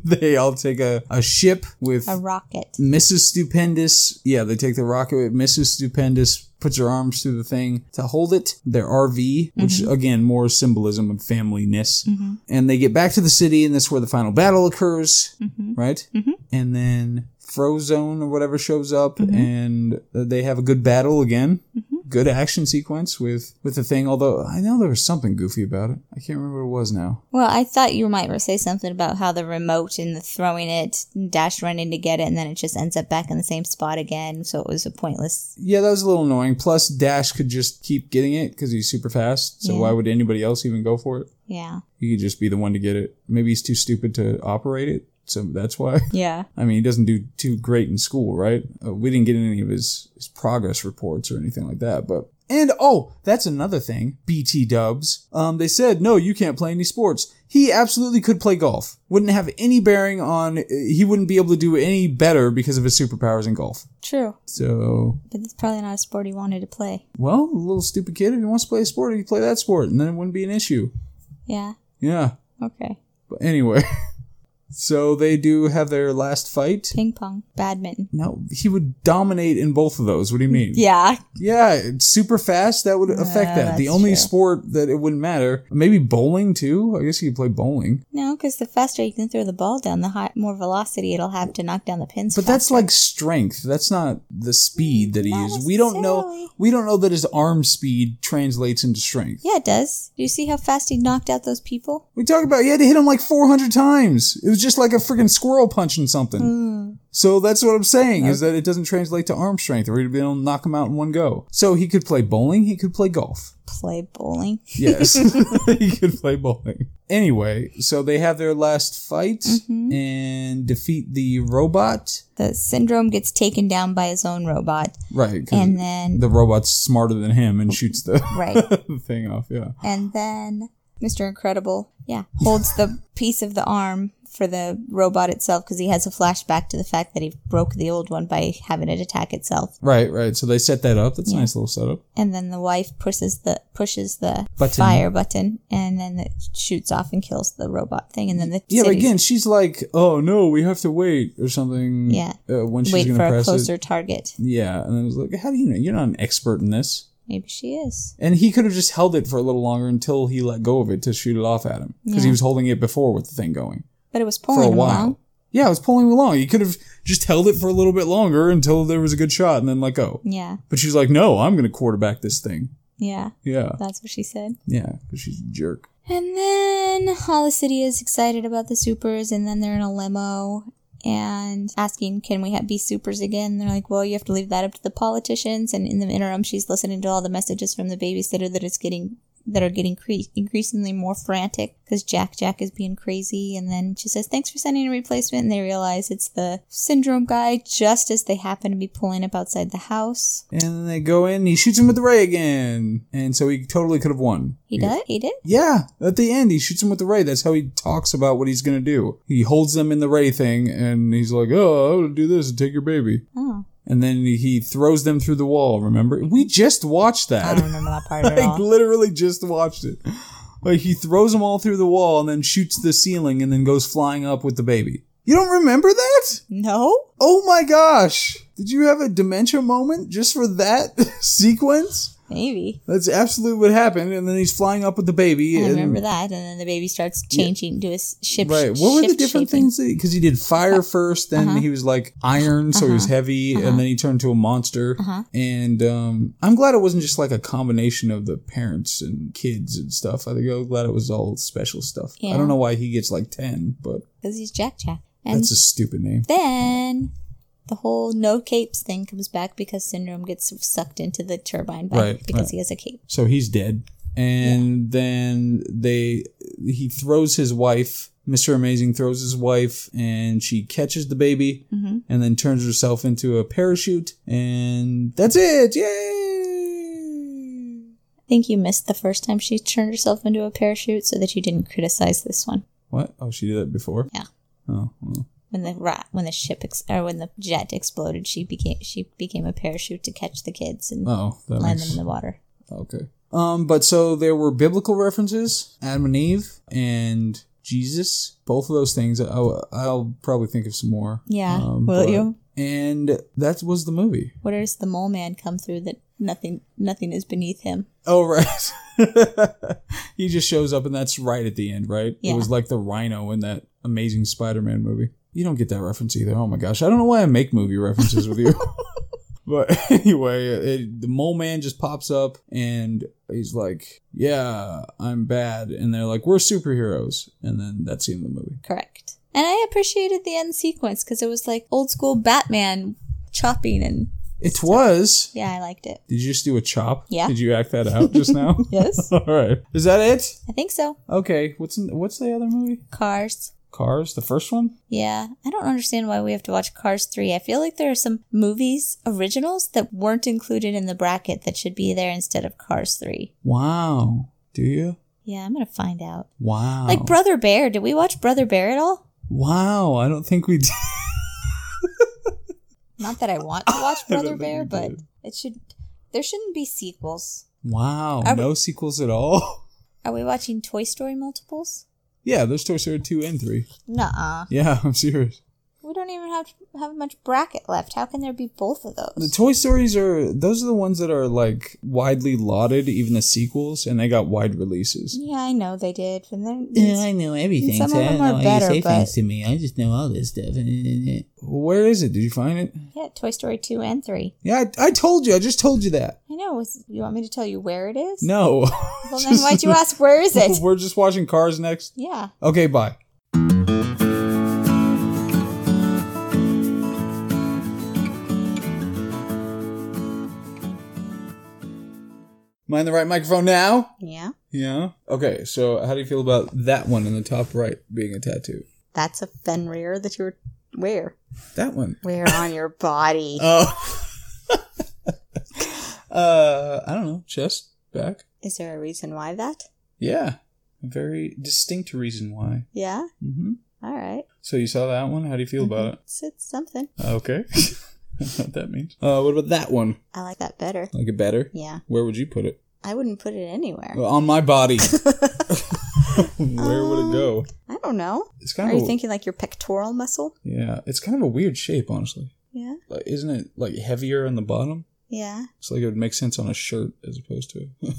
[SPEAKER 1] they all take a, a ship with
[SPEAKER 2] A rocket.
[SPEAKER 1] Mrs. Stupendous. Yeah, they take the rocket with Mrs. Stupendous. Puts her arms through the thing to hold it, their RV, which again, more symbolism of family-ness.
[SPEAKER 2] Mm. Mm-hmm.
[SPEAKER 1] And they get back to the city, and that's where the final battle occurs,
[SPEAKER 2] Mm-hmm.
[SPEAKER 1] right? And then Frozone or whatever shows up, and they have a good battle again. Good action sequence with with the thing, although I know there was something goofy about it. I can't remember what it was now.
[SPEAKER 2] Well, I thought you might say something about how the remote and the throwing it, Dash running to get it, and then it just ends up back in the same spot again. So it was a pointless.
[SPEAKER 1] Yeah, that was a little annoying. Plus, Dash could just keep getting it because he's super fast. So
[SPEAKER 2] Yeah.
[SPEAKER 1] why would anybody else even go for it?
[SPEAKER 2] Yeah.
[SPEAKER 1] He could just be the one to get it. Maybe he's too stupid to operate it, so that's why.
[SPEAKER 2] Yeah.
[SPEAKER 1] I mean, he doesn't do too great in school, right? Uh, we didn't get any of his, his progress reports or anything like that, but. And oh, that's another thing. BT Dubs. Um, they said no, you can't play any sports. He absolutely could play golf. Wouldn't have any bearing on. uh, He wouldn't be able to do any better because of his superpowers in golf.
[SPEAKER 2] True.
[SPEAKER 1] So
[SPEAKER 2] But it's probably not a sport he wanted to play.
[SPEAKER 1] well, a little stupid kid, if he wants to play a sport, he can play that sport, and then it wouldn't be an issue.
[SPEAKER 2] Yeah.
[SPEAKER 1] Yeah.
[SPEAKER 2] Okay.
[SPEAKER 1] But anyway. [laughs] so they do have their last fight.
[SPEAKER 2] Ping pong, badminton.
[SPEAKER 1] No, he would dominate in both of those. What do you mean?
[SPEAKER 2] Yeah.
[SPEAKER 1] Yeah, it's super fast, that would affect
[SPEAKER 2] Yeah,
[SPEAKER 1] that. The
[SPEAKER 2] that's
[SPEAKER 1] only
[SPEAKER 2] true.
[SPEAKER 1] sport that it wouldn't matter, maybe bowling too. I guess he could play bowling.
[SPEAKER 2] No, because the faster you can throw the ball down, the high, more velocity it'll have to knock down the pins.
[SPEAKER 1] But that's
[SPEAKER 2] faster.
[SPEAKER 1] like strength. That's not the speed that he
[SPEAKER 2] Not
[SPEAKER 1] uses. We don't know
[SPEAKER 2] necessarily.
[SPEAKER 1] we don't know that his arm speed translates into strength.
[SPEAKER 2] Yeah, it does. Do you see how fast he knocked out those people?
[SPEAKER 1] We talk about he had to hit him like 400 times. It was just like a freaking squirrel punching something.
[SPEAKER 2] Hmm.
[SPEAKER 1] So that's what I'm saying is that it doesn't translate to arm strength or he'd be able to knock him out in one go. So he could play bowling, he could play golf.
[SPEAKER 2] Play bowling. [laughs]
[SPEAKER 1] Yes, [laughs] he could play bowling. Anyway, so they have their last fight
[SPEAKER 2] Mm-hmm.
[SPEAKER 1] and defeat the robot.
[SPEAKER 2] The syndrome gets taken down by his own robot,
[SPEAKER 1] Right. 'cause
[SPEAKER 2] and then
[SPEAKER 1] the [laughs] robot's smarter than him and shoots the
[SPEAKER 2] [laughs] right.
[SPEAKER 1] thing off. Yeah.
[SPEAKER 2] And then Mr. Incredible, yeah, holds the piece of the arm for the robot itself because he has a flashback to the fact that he broke the old one by having it attack itself.
[SPEAKER 1] Right, right. So they set that up. That's a nice little setup.
[SPEAKER 2] And then the wife pushes the pushes the
[SPEAKER 1] Button.
[SPEAKER 2] fire button, and then it shoots off and kills the robot thing. And then the
[SPEAKER 1] Yeah, but
[SPEAKER 2] city-
[SPEAKER 1] again, she's like, "Oh no, we have to wait" or something.
[SPEAKER 2] Yeah.
[SPEAKER 1] uh, when she's
[SPEAKER 2] wait
[SPEAKER 1] going
[SPEAKER 2] for
[SPEAKER 1] to
[SPEAKER 2] a
[SPEAKER 1] press
[SPEAKER 2] closer
[SPEAKER 1] it.
[SPEAKER 2] target.
[SPEAKER 1] Yeah, and I was like, "How do you know? You're not an expert in this."
[SPEAKER 2] Maybe she is.
[SPEAKER 1] And he could have just held it for a little longer until he let go of it to shoot it off at him because he
[SPEAKER 2] Yeah.
[SPEAKER 1] was holding it before with the thing going
[SPEAKER 2] But it was
[SPEAKER 1] for a
[SPEAKER 2] pulling him
[SPEAKER 1] while.
[SPEAKER 2] along.
[SPEAKER 1] Yeah, it was pulling him along. He could have just held it for a little bit longer until there was a good shot and then let go.
[SPEAKER 2] Yeah,
[SPEAKER 1] But she's like, "No, I'm going to quarterback this thing."
[SPEAKER 2] yeah.
[SPEAKER 1] Yeah,
[SPEAKER 2] That's what she said.
[SPEAKER 1] yeah, because she's a jerk.
[SPEAKER 2] And then all the city is excited about the supers, and then they're in a limo and asking, "Can we ha- be supers again?" they're like, "Well, you have to leave that up to the politicians." And in the interim, she's listening to all the messages from the babysitter that is getting that are getting cre- increasingly more frantic because Jack Jack is being crazy. And then she says, "Thanks for sending a replacement," and they realize it's the syndrome guy. Just as they happen to be pulling up outside the house,
[SPEAKER 1] And then they go in. He shoots him with the ray again, and so he totally could have won.
[SPEAKER 2] he does. He did.
[SPEAKER 1] Yeah, at the end, he shoots him with the ray. That's how he talks about what he's going to do. He holds them in the ray thing, and he's like, oh, I will do this and take your baby.
[SPEAKER 2] Oh,
[SPEAKER 1] And then he throws them through the wall, remember? We just watched
[SPEAKER 2] I don't
[SPEAKER 1] that.
[SPEAKER 2] remember that
[SPEAKER 1] [laughs]
[SPEAKER 2] part at
[SPEAKER 1] like,
[SPEAKER 2] all.
[SPEAKER 1] literally just watched it. Like, he throws them all through the wall and then shoots the ceiling and then goes flying up with the baby. You don't remember that?
[SPEAKER 2] No.
[SPEAKER 1] Oh my gosh! Did you have a dementia moment just for that [laughs] sequence?
[SPEAKER 2] Maybe.
[SPEAKER 1] That's absolutely what happened. And then he's flying up with the baby.
[SPEAKER 2] I
[SPEAKER 1] and,
[SPEAKER 2] remember that. And then the baby starts changing to his ship.
[SPEAKER 1] Right. What were the
[SPEAKER 2] shift
[SPEAKER 1] different
[SPEAKER 2] shaping.
[SPEAKER 1] things? Because he did fire first, then
[SPEAKER 2] uh-huh.
[SPEAKER 1] he was like iron, so he was heavy, and then he turned to a monster.
[SPEAKER 2] Uh-huh.
[SPEAKER 1] And um, I'm glad it wasn't just like a combination of the parents and kids and stuff. I think I'm glad it was all special stuff. I
[SPEAKER 2] Yeah.
[SPEAKER 1] don't know why he gets like 10, but
[SPEAKER 2] Because he's Jack Jack. And
[SPEAKER 1] that's a stupid name.
[SPEAKER 2] then the whole no capes thing comes back because Syndrome gets sucked into the turbine by,
[SPEAKER 1] Right,
[SPEAKER 2] because
[SPEAKER 1] right.
[SPEAKER 2] he has a cape.
[SPEAKER 1] So he's dead. And then they he throws his wife, Mr. Amazing throws his wife and she catches the baby
[SPEAKER 2] Mm-hmm.
[SPEAKER 1] and then turns herself into a parachute and that's it. Yay!
[SPEAKER 2] I think you missed the first time she turned herself into a parachute so that you didn't criticize this one.
[SPEAKER 1] What? Oh, she did that before?
[SPEAKER 2] Yeah.
[SPEAKER 1] Oh, well.
[SPEAKER 2] When the rat, when the ship ex- or when the jet exploded, she became she became a parachute to catch the kids and
[SPEAKER 1] Oh, that
[SPEAKER 2] land
[SPEAKER 1] makes
[SPEAKER 2] them in the water.
[SPEAKER 1] Okay. Um, but so there were biblical references, Adam and Eve and Jesus. Both of those things. I'll, I'll probably think of some more.
[SPEAKER 2] Yeah, will
[SPEAKER 1] Um, but-
[SPEAKER 2] you?
[SPEAKER 1] And that was the movie.
[SPEAKER 2] Where does the mole man come through that nothing nothing is beneath him?
[SPEAKER 1] Oh right. [laughs] he just shows up and that's right at the end, right? It
[SPEAKER 2] Yeah.
[SPEAKER 1] was like the rhino in that amazing Spider-Man movie. You don't get that reference either. Oh my gosh. I don't know why I make movie references with
[SPEAKER 2] [laughs]
[SPEAKER 1] you. [laughs] But anyway, it, the mole man just pops up and he's like, "Yeah, I'm bad," and they're like, "We're superheroes," and then that's the end of the movie.
[SPEAKER 2] Correct. And I appreciated the end sequence because it was like old school Batman chopping, and
[SPEAKER 1] It was.
[SPEAKER 2] yeah, I liked it.
[SPEAKER 1] Did you just do a chop?
[SPEAKER 2] Yeah.
[SPEAKER 1] Did you act that out just
[SPEAKER 2] [laughs]
[SPEAKER 1] now? [laughs]
[SPEAKER 2] Yes,
[SPEAKER 1] All right. Is that it?
[SPEAKER 2] I think so.
[SPEAKER 1] Okay. What's in, what's the other movie?
[SPEAKER 2] Cars.
[SPEAKER 1] Cars, the first one?
[SPEAKER 2] Yeah, I don't understand why we have to watch Cars 3. I feel like there are some movies, originals, that weren't included in the bracket that should be there instead of Cars 3.
[SPEAKER 1] Wow. Do you?
[SPEAKER 2] Yeah, I'm going to find out.
[SPEAKER 1] Wow.
[SPEAKER 2] Like Brother Bear. Did we watch Brother Bear at all?
[SPEAKER 1] wow. I don't think we did. [laughs]
[SPEAKER 2] Not that I
[SPEAKER 1] [laughs]
[SPEAKER 2] want to watch
[SPEAKER 1] don't
[SPEAKER 2] Brother
[SPEAKER 1] think
[SPEAKER 2] Bear,
[SPEAKER 1] we
[SPEAKER 2] but
[SPEAKER 1] did.
[SPEAKER 2] it should. There shouldn't be sequels.
[SPEAKER 1] Wow.
[SPEAKER 2] Are we-
[SPEAKER 1] no sequels at all. [laughs]
[SPEAKER 2] Are we watching Toy Story multiples?
[SPEAKER 1] yeah, there's Toy Story 2 and 3.
[SPEAKER 2] Nuh-uh.
[SPEAKER 1] Yeah, I'm serious.
[SPEAKER 2] We don't even have have much bracket left. How can there be both of those?
[SPEAKER 1] The Toy Stories are, those are the ones that are like widely lauded, even the sequels, and they got wide releases.
[SPEAKER 2] yeah, I know they did, and then
[SPEAKER 1] know everything.
[SPEAKER 2] Some so of I don't them are know why you better, say things but-
[SPEAKER 1] to me. I just know all this stuff. Where is it? Did you find it?
[SPEAKER 2] yeah, Toy Story two and three.
[SPEAKER 1] Yeah, I, I told you. I just told you that.
[SPEAKER 2] I know. Was, you want me to tell you where it is?
[SPEAKER 1] No.
[SPEAKER 2] Well, then why'd you ask? Where is
[SPEAKER 1] [laughs]
[SPEAKER 2] it?
[SPEAKER 1] We're just watching Cars next.
[SPEAKER 2] yeah.
[SPEAKER 1] Okay, bye. Am I in the right microphone now?
[SPEAKER 2] Yeah.
[SPEAKER 1] Yeah. Okay, so how do you feel about that one in the top right being a tattoo?
[SPEAKER 2] That's a Fenrir that you're where
[SPEAKER 1] That one.
[SPEAKER 2] where on your body.
[SPEAKER 1] [laughs] Oh. uh, I don't know. Chest, back.
[SPEAKER 2] Is there a reason why that?
[SPEAKER 1] Yeah. very distinct reason why.
[SPEAKER 2] Yeah.
[SPEAKER 1] hmm
[SPEAKER 2] All right.
[SPEAKER 1] So you saw that one. How do you feel about it?
[SPEAKER 2] It's, it's something.
[SPEAKER 1] Okay. [laughs] That's what that means. Uh, what about that one?
[SPEAKER 2] I like that better.
[SPEAKER 1] Like it better?
[SPEAKER 2] Yeah.
[SPEAKER 1] Where would you put it?
[SPEAKER 2] I wouldn't put it anywhere.
[SPEAKER 1] Well, [laughs] on my body. Where would it go?
[SPEAKER 2] [laughs] Um, I don't know.
[SPEAKER 1] It's kind
[SPEAKER 2] Are
[SPEAKER 1] of
[SPEAKER 2] you thinking like your pectoral muscle?
[SPEAKER 1] yeah. It's kind of a weird shape, honestly.
[SPEAKER 2] Yeah.
[SPEAKER 1] Like, isn't it like heavier on the bottom?
[SPEAKER 2] Yeah.
[SPEAKER 1] It's like it would make sense on a shirt as opposed to [laughs]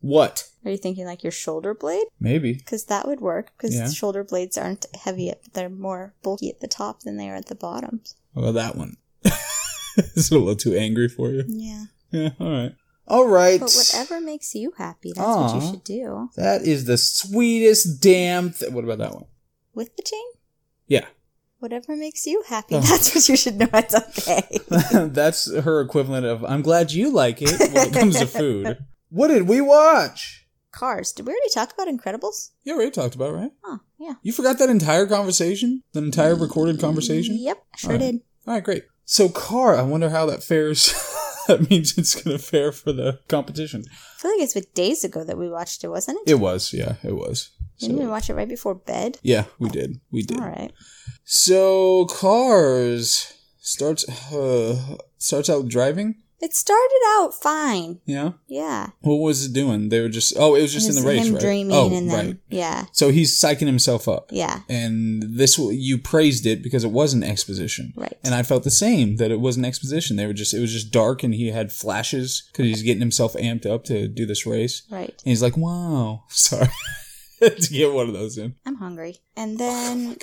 [SPEAKER 1] what?
[SPEAKER 2] Are you thinking like your shoulder blade?
[SPEAKER 1] Maybe.
[SPEAKER 2] Because that would work. Because
[SPEAKER 1] Yeah.
[SPEAKER 2] shoulder blades aren't heavy; at, they're more bulky at the top than they are at the bottom.
[SPEAKER 1] How about that one? [laughs] Is it a little too angry for you? [laughs]
[SPEAKER 2] Yeah.
[SPEAKER 1] Yeah. All right. All right.
[SPEAKER 2] But whatever makes you happy, that's what you
[SPEAKER 1] Aw.
[SPEAKER 2] should do.
[SPEAKER 1] That is the sweetest damn. Th- what about that one?
[SPEAKER 2] With the chain,
[SPEAKER 1] Yeah.
[SPEAKER 2] whatever makes you happy,
[SPEAKER 1] Oh.
[SPEAKER 2] that's what you should know. It's okay.
[SPEAKER 1] [laughs] That's her equivalent of I'm glad you like it when it comes to [laughs] food. What did we watch?
[SPEAKER 2] [laughs] Cars. Did we already talk about Incredibles?
[SPEAKER 1] Yeah, we already talked about, it, right?
[SPEAKER 2] Huh. Yeah.
[SPEAKER 1] You forgot that entire conversation? That entire recorded conversation?
[SPEAKER 2] Yep. Sure
[SPEAKER 1] All right.
[SPEAKER 2] did.
[SPEAKER 1] All right, great. So, car, I wonder how that fares. [laughs] that means it's going to fare for the competition.
[SPEAKER 2] I feel like it's with days ago that we watched it, wasn't it?
[SPEAKER 1] It was, yeah, it was.
[SPEAKER 2] Didn't we
[SPEAKER 1] So,
[SPEAKER 2] watch it right before bed?
[SPEAKER 1] yeah, we did. We did.
[SPEAKER 2] All right.
[SPEAKER 1] So, cars starts uh, starts out with driving.
[SPEAKER 2] It started out fine.
[SPEAKER 1] Yeah.
[SPEAKER 2] Yeah.
[SPEAKER 1] What was it doing? They were just oh, it was just
[SPEAKER 2] It was
[SPEAKER 1] in the race,
[SPEAKER 2] him
[SPEAKER 1] right?
[SPEAKER 2] dreaming
[SPEAKER 1] oh,
[SPEAKER 2] and then
[SPEAKER 1] right.
[SPEAKER 2] yeah.
[SPEAKER 1] So he's psyching himself up.
[SPEAKER 2] Yeah.
[SPEAKER 1] And this w- you praised it because it was an exposition.
[SPEAKER 2] Right.
[SPEAKER 1] And I felt the same that it was an exposition. They were just it was just dark and he had flashes cuz he's getting himself amped up to do this race.
[SPEAKER 2] Right.
[SPEAKER 1] And he's like, "Wow." [laughs] Sorry. to get one of those in.
[SPEAKER 2] I'm hungry. And
[SPEAKER 1] Oh
[SPEAKER 2] then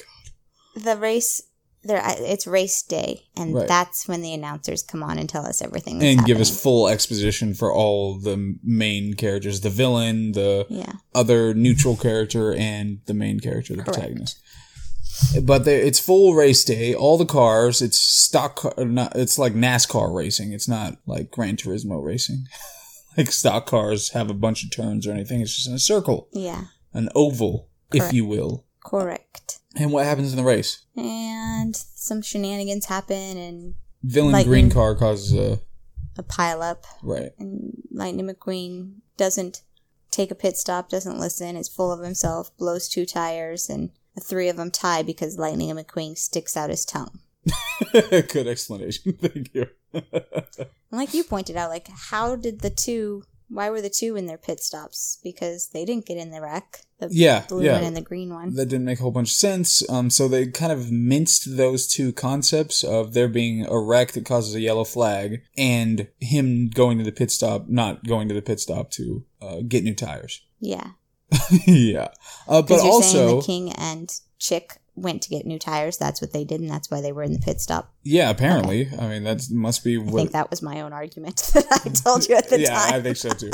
[SPEAKER 2] the race there I- it's race day and
[SPEAKER 1] Right.
[SPEAKER 2] that's when the announcers come on and tell us everything that's
[SPEAKER 1] And give us
[SPEAKER 2] happening.
[SPEAKER 1] full exposition for all the m- main characters, the villain, the
[SPEAKER 2] Yeah.
[SPEAKER 1] other neutral character and the main character, the
[SPEAKER 2] Correct.
[SPEAKER 1] protagonist. But there, it's full race day. All the cars. It's stock. Car, or not, it's like NASCAR racing. It's not like Gran Turismo racing. [laughs] like stock cars have a bunch of turns or anything. It's just in a circle,
[SPEAKER 2] Yeah.
[SPEAKER 1] an oval, if
[SPEAKER 2] Correct.
[SPEAKER 1] you will.
[SPEAKER 2] Correct.
[SPEAKER 1] And what happens in the race?
[SPEAKER 2] And some shenanigans happen and
[SPEAKER 1] Villain green
[SPEAKER 2] Lightning.
[SPEAKER 1] car causes a
[SPEAKER 2] a pile up
[SPEAKER 1] right. [laughs]
[SPEAKER 2] and Lightning McQueen doesn't take a pit stop, doesn't listen, is full of himself, blows two tires and the three of them tie because Lightning McQueen sticks out his tongue.
[SPEAKER 1] Good explanation. [laughs] Thank you.
[SPEAKER 2] And like you pointed out, like how did the two? Why were the two in their pit stops? Because they didn't get in the wreck. The
[SPEAKER 1] Yeah,
[SPEAKER 2] blue
[SPEAKER 1] yeah.
[SPEAKER 2] one and the green one.
[SPEAKER 1] that didn't make a whole bunch of sense. Um, so they kind of minced those two concepts of there being a wreck that causes a yellow flag and him going to the pit stop, not going to the pit stop to uh, get new tires. [laughs]
[SPEAKER 2] yeah,
[SPEAKER 1] yeah, uh, but
[SPEAKER 2] because you're saying
[SPEAKER 1] also,
[SPEAKER 2] the king and chick went to get new tires. That's what they did, and that's why they were in the pit stop.
[SPEAKER 1] yeah, apparently, I mean that must be
[SPEAKER 2] I
[SPEAKER 1] what.
[SPEAKER 2] think that was my own argument [laughs] that I told you at the
[SPEAKER 1] yeah, I
[SPEAKER 2] time.
[SPEAKER 1] think so too.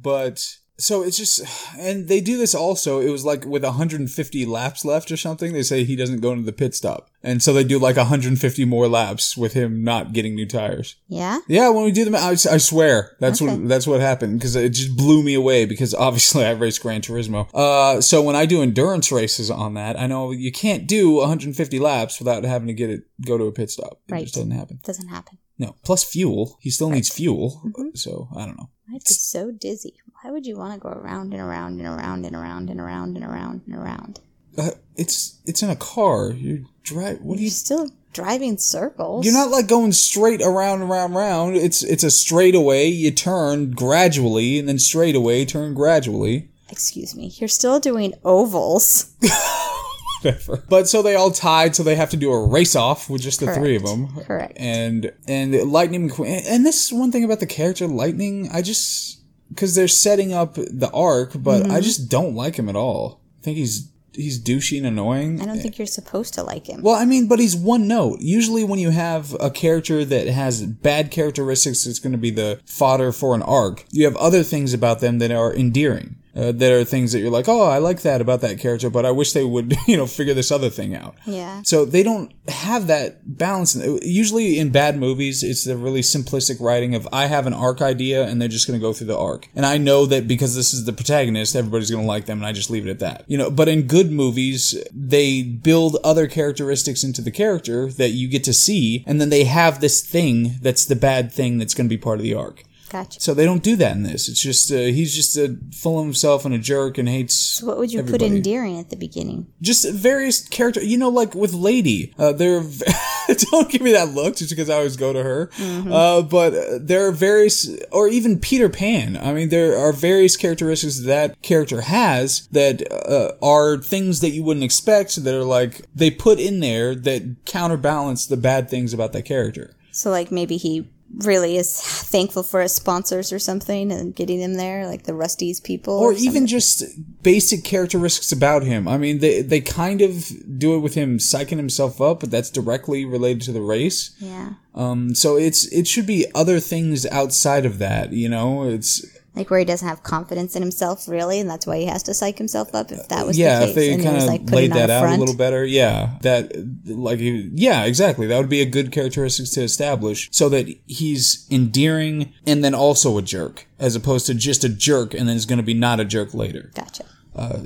[SPEAKER 1] but so it's just, and they do this also. It was like with 150 laps left or something. They say he doesn't go into the pit stop, and so they do like 150 more laps with him not getting new tires.
[SPEAKER 2] yeah,
[SPEAKER 1] Yeah, when we do the, ma- I, s- I swear that's
[SPEAKER 2] Okay.
[SPEAKER 1] what that's what happened because it just blew me away because [laughs] obviously I race Gran Turismo. Uh, so when I do endurance races on that, I know you can't do 150 laps without having to get it go to a pit stop. It
[SPEAKER 2] Right.
[SPEAKER 1] just doesn't happen.
[SPEAKER 2] doesn't happen.
[SPEAKER 1] No, plus fuel. He still needs fuel.
[SPEAKER 2] Mhm.
[SPEAKER 1] So I don't know.
[SPEAKER 2] I'd be so dizzy. Why would you want to go around and around and around and around and around and around and around?
[SPEAKER 1] Uh, it's it's in a car. You're drive. What do you?
[SPEAKER 2] You're still driving circles.
[SPEAKER 1] You're not like going straight around, around, round. It's it's a straightaway. You turn gradually and then straightaway. Turn gradually.
[SPEAKER 2] Excuse me. You're still doing ovals.
[SPEAKER 1] [laughs] Whatever. But so they all tied, so they have to do a race off with just the three of them.
[SPEAKER 2] Correct.
[SPEAKER 1] And and Lightning McQueen. And this is one thing about the character Lightning. I just because they're setting up the arc, but I just don't like him at all. I think he's he's douchey and annoying.
[SPEAKER 2] I don't think you're supposed to like him.
[SPEAKER 1] Well, I mean, but he's one note. Usually, when you have a character that has bad characteristics, it's going to be the fodder for an arc. You have other things about them that are endearing. Uh, that are things that you're like, oh, I like that about that character, but I wish they would, [laughs] you know, figure this other thing out.
[SPEAKER 2] yeah.
[SPEAKER 1] So they don't have that balance. Usually in bad movies, it's the really simplistic writing of I have an arc idea and they're just going to go through the arc. And I know that because this is the protagonist, everybody's going to like them and I just leave it at that. You know, but in good movies, they build other characteristics into the character that you get to see and then they have this thing that's the bad thing that's going to be part of the arc.
[SPEAKER 2] Gotcha.
[SPEAKER 1] So they don't do that in this. It's just uh, he's just uh, full of himself and a jerk and hates.
[SPEAKER 2] So what would you put
[SPEAKER 1] everybody.
[SPEAKER 2] in Deering at the beginning?
[SPEAKER 1] Just various character, you know, like with Lady. Uh, there, are v- [laughs] don't give me that look just because I always go to her. Uh, but uh, there are various, or even Peter Pan. I mean, there are various characteristics that character has that uh, are things that you wouldn't expect that are like they put in there that counterbalance the bad things about that character.
[SPEAKER 2] So like maybe he really is [laughs] thankful for his sponsors or something and getting them there, like the Rusty's people,
[SPEAKER 1] or e-
[SPEAKER 2] something.
[SPEAKER 1] even just basic characteristics about him. I mean, they they kind of do it with him psyching himself up, but that's directly related to the race.
[SPEAKER 2] yeah,
[SPEAKER 1] Um, so it's it should be other things outside of that. You know, it's
[SPEAKER 2] like where he doesn't have confidence in himself really, and that's why he has to psych himself up. If that was
[SPEAKER 1] yeah.
[SPEAKER 2] the
[SPEAKER 1] If
[SPEAKER 2] case,
[SPEAKER 1] they
[SPEAKER 2] and it
[SPEAKER 1] kind of
[SPEAKER 2] was like
[SPEAKER 1] laid
[SPEAKER 2] putting on
[SPEAKER 1] that
[SPEAKER 2] a
[SPEAKER 1] out a
[SPEAKER 2] front.
[SPEAKER 1] little better, yeah, that like you- yeah, exactly. That would be a good characteristics to establish, so that he's endearing and then also a jerk, as opposed to just a jerk and then is going to be not a jerk later.
[SPEAKER 2] Gotcha.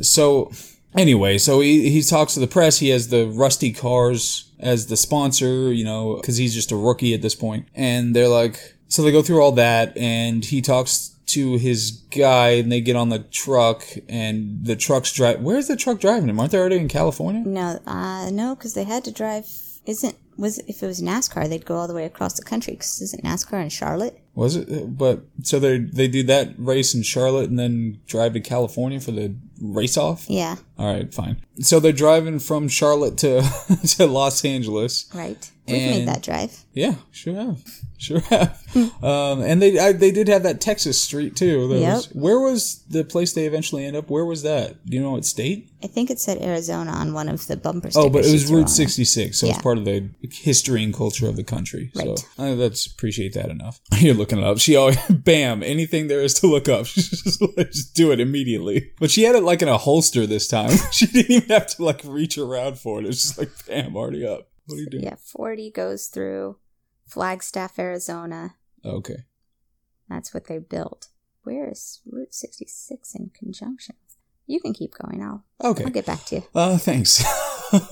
[SPEAKER 1] so anyway, so he, he talks to the press. He has the Rusty Cars as the sponsor, you know, because he's just a rookie at this point. And they're like, so they go through all that, and he talks to his guy, and they get on the truck, and the truck's drive. Where's the truck driving him? Aren't they already in California?
[SPEAKER 2] No, uh, no, because they had to drive. Isn't was if it was NASCAR, they'd go all the way across the country. Because isn't NASCAR in Charlotte?
[SPEAKER 1] Was it? But so they they do that race in Charlotte, and then drive to California for the race off.
[SPEAKER 2] Yeah,
[SPEAKER 1] All right, fine. So they're driving from Charlotte to [laughs] to Los Angeles.
[SPEAKER 2] right. We've made
[SPEAKER 1] And-
[SPEAKER 2] that drive.
[SPEAKER 1] Yeah, sure have, sure have. um, and they I, they did have that Texas street too. That
[SPEAKER 2] Yep.
[SPEAKER 1] was, where was the place they eventually end up? Where was that? Do you know what state?
[SPEAKER 2] I think it said Arizona on one of the bumper stickers.
[SPEAKER 1] Oh, but it
[SPEAKER 2] she
[SPEAKER 1] was
[SPEAKER 2] threw on
[SPEAKER 1] Route
[SPEAKER 2] it.
[SPEAKER 1] sixty six, so
[SPEAKER 2] Yeah.
[SPEAKER 1] it's part of the history and culture of the country.
[SPEAKER 2] Right.
[SPEAKER 1] So I that's appreciate that enough. [laughs] You're looking it up. She always [laughs] bam anything there is to look up. [laughs] She just, just do it immediately. But she had it like in a holster this time. [laughs] she didn't even have to like reach around for it. It was just like bam already up. What are you doing?
[SPEAKER 2] Yeah, 40 goes through Flagstaff, Arizona.
[SPEAKER 1] Okay.
[SPEAKER 2] That's what they built. Where is Route 66 in conjunction? You can keep going. I'll,
[SPEAKER 1] Okay.
[SPEAKER 2] I'll get back to you.
[SPEAKER 1] Uh, thanks.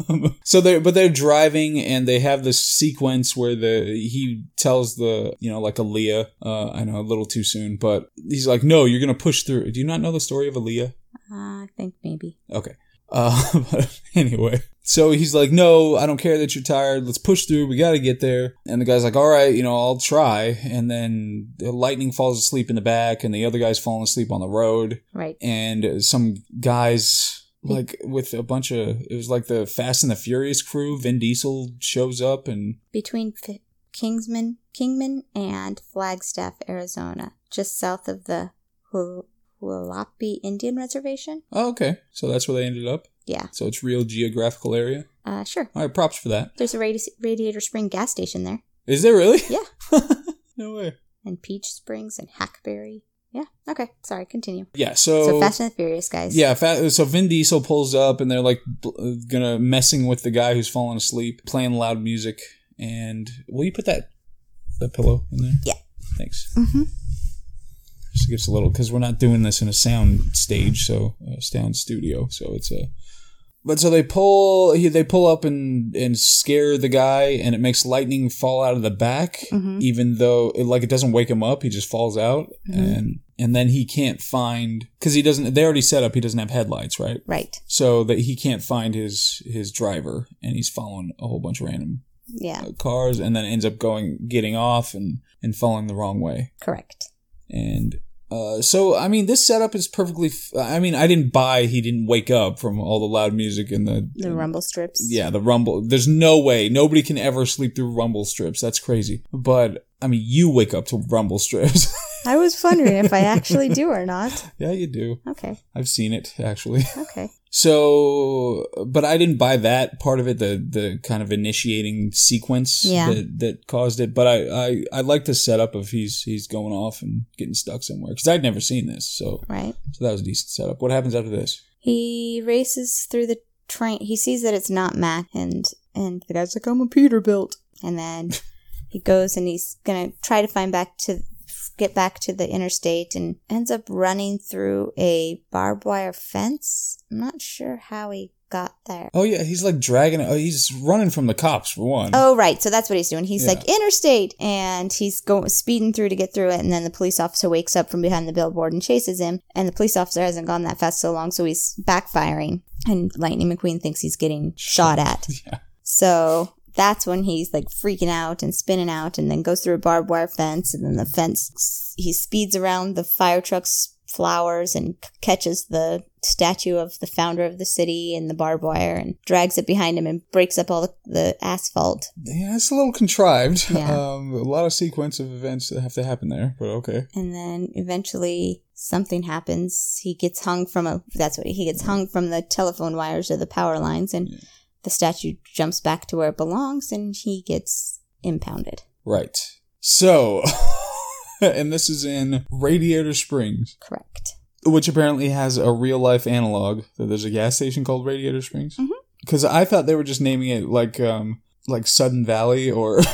[SPEAKER 1] [laughs] so they are but they're driving and they have this sequence where the he tells the you know like Aaliyah, uh, I know a little too soon, but he's like, no, you're gonna push through. Do you not know the story of Aaliyah?
[SPEAKER 2] Uh, I think maybe.
[SPEAKER 1] Okay. Uh, [laughs] but anyway, so he's like, no, I don't care that you're tired. Let's push through. We got to get there. And the guy's like, all right, you know, I'll try. And then the lightning falls asleep in the back, and the other guy's falling asleep on the road
[SPEAKER 2] Right.
[SPEAKER 1] and uh, some guys
[SPEAKER 2] Hmm.
[SPEAKER 1] like with a bunch of it was like the Fast and the Furious crew. Vin Diesel shows up and
[SPEAKER 2] Between F- Kingsman, Kingman and Flagstaff, Arizona, just south of the Hu- Hualapi Indian Reservation.
[SPEAKER 1] oh, okay, so that's where they ended up.
[SPEAKER 2] Yeah.
[SPEAKER 1] So it's real geographical area.
[SPEAKER 2] Uh, sure.
[SPEAKER 1] All right, props for that.
[SPEAKER 2] There's a Radi- Radiator Spring gas station there,
[SPEAKER 1] Is there really?
[SPEAKER 2] Yeah.
[SPEAKER 1] [laughs] no way.
[SPEAKER 2] and Peach Springs and Hackberry. Yeah. Okay. Sorry. Continue.
[SPEAKER 1] Yeah. So.
[SPEAKER 2] so Fast and the Furious, guys.
[SPEAKER 1] yeah, fa- so Vin Diesel pulls up and they're like bl- uh, gonna messing with the guy who's fallen asleep, playing loud music. And will you put that that pillow in there?
[SPEAKER 2] Yeah.
[SPEAKER 1] Thanks.
[SPEAKER 2] Mm-hmm.
[SPEAKER 1] just gives a little because we're not doing this in a sound stage, so uh, sound studio. So it's a. But so they pull, he, they pull up and and scare the guy, and it makes lightning fall out of the back.
[SPEAKER 2] Mhm.
[SPEAKER 1] Even though, it, like, it doesn't wake him up, he just falls out,
[SPEAKER 2] Mhm.
[SPEAKER 1] and and then he can't find because he doesn't. They already set up he doesn't have headlights, right?
[SPEAKER 2] Right.
[SPEAKER 1] So that he can't find his his driver, and he's following a whole bunch of random
[SPEAKER 2] Yeah.
[SPEAKER 1] uh, cars, and then ends up going getting off and and falling the wrong way.
[SPEAKER 2] Correct.
[SPEAKER 1] And uh, so, I mean, this setup is perfectly. F- I mean, I didn't buy he didn't wake up from all the loud music and the.
[SPEAKER 2] The rumble strips.
[SPEAKER 1] Yeah, the rumble. There's no way. Nobody can ever sleep through rumble strips. That's crazy. But, I mean, you wake up to rumble strips. [laughs]
[SPEAKER 2] I was wondering if I actually do or not.
[SPEAKER 1] yeah, you do.
[SPEAKER 2] Okay.
[SPEAKER 1] I've seen it, actually. [laughs]
[SPEAKER 2] Okay.
[SPEAKER 1] So, but I didn't buy that part of it, the, the kind of initiating sequence
[SPEAKER 2] Yeah.
[SPEAKER 1] that, that caused it. But I, I, I like the setup of he's, he's going off and getting stuck somewhere because I'd never seen this. So,
[SPEAKER 2] Right.
[SPEAKER 1] So that was a decent setup. What happens after this?
[SPEAKER 2] He races through the train. He sees that it's not Mac, and and the guy's like, "I'm a Peterbilt."
[SPEAKER 1] [laughs]
[SPEAKER 2] And then he goes and he's gonna try to find back to get back to the interstate, and ends up running through a barbed wire fence. I'm not sure how he got there.
[SPEAKER 1] Oh yeah, he's like dragging. Oh, he's running from the cops for one.
[SPEAKER 2] Oh, right. So that's what he's doing. He's
[SPEAKER 1] Yeah.
[SPEAKER 2] like interstate, and he's going speeding through to get through it. And then the police officer wakes up from behind the billboard and chases him. And the police officer hasn't gone that fast so long, so he's backfiring. And Lightning McQueen thinks he's getting shot at.
[SPEAKER 1] [laughs] [laughs] Yeah.
[SPEAKER 2] So that's when he's like freaking out and spinning out, and then goes through a barbed wire fence. And then the fence, he speeds around the fire truck's flowers and c- catches the statue of the founder of the city and the barbed wire and drags it behind him and breaks up all the, the asphalt.
[SPEAKER 1] Yeah, it's a little contrived.
[SPEAKER 2] Yeah.
[SPEAKER 1] [laughs] Um, a lot of sequence of events that have to happen there, but okay.
[SPEAKER 2] and then eventually something happens. He gets hung from a that's what he gets hung from the telephone wires or the power lines, and
[SPEAKER 1] Yeah.
[SPEAKER 2] the statue jumps back to where it belongs, and he gets impounded.
[SPEAKER 1] Right. So, [laughs] and this is in Radiator Springs,
[SPEAKER 2] Correct.
[SPEAKER 1] which apparently has a real life analog. That there's a gas station called Radiator Springs.
[SPEAKER 2] Mhm.
[SPEAKER 1] Because I thought they were just naming it like um like Sudden Valley or [laughs]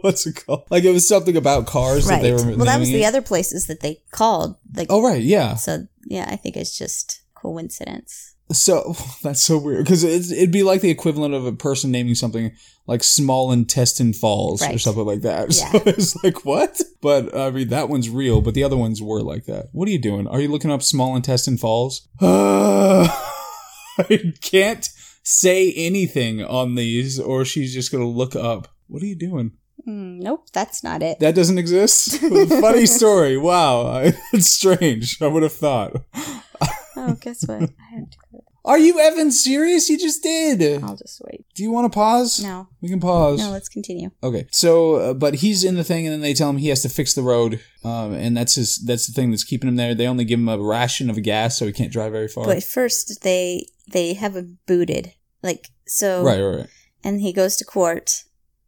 [SPEAKER 1] what's it called? Like it was something about cars that
[SPEAKER 2] Right.
[SPEAKER 1] they were.
[SPEAKER 2] Well, that was
[SPEAKER 1] naming
[SPEAKER 2] the
[SPEAKER 1] it.
[SPEAKER 2] other places that they called. Like,
[SPEAKER 1] Oh right, yeah.
[SPEAKER 2] so yeah, I think it's just coincidence.
[SPEAKER 1] So [laughs] that's so weird because it'd be like the equivalent of a person naming something like small intestine falls or
[SPEAKER 2] Right.
[SPEAKER 1] something like that. [laughs] So
[SPEAKER 2] Yeah.
[SPEAKER 1] it's like what? But I mean that one's real, but the other ones were like that. What are you doing? Are you looking up small intestine falls? [sighs] I can't say anything on these, or she's just gonna look up. What are you doing?
[SPEAKER 2] Mm, nope, that's not it.
[SPEAKER 1] That doesn't exist. [laughs] Funny story. Wow, [laughs] it's strange. I would have thought.
[SPEAKER 2] oh, guess what? I have to
[SPEAKER 1] [laughs]
[SPEAKER 2] go.
[SPEAKER 1] Are you Evan serious? You just did.
[SPEAKER 2] I'll just wait.
[SPEAKER 1] Do you want to pause?
[SPEAKER 2] No,
[SPEAKER 1] We can pause.
[SPEAKER 2] no, let's continue.
[SPEAKER 1] okay. So, uh, but he's in the thing, and then they tell him he has to fix the road, um, and that's his. That's the thing that's keeping him there. They only give him a ration of gas, so he can't drive very far.
[SPEAKER 2] But first, they they have him booted. Like so,
[SPEAKER 1] Right, right, right.
[SPEAKER 2] and he goes to court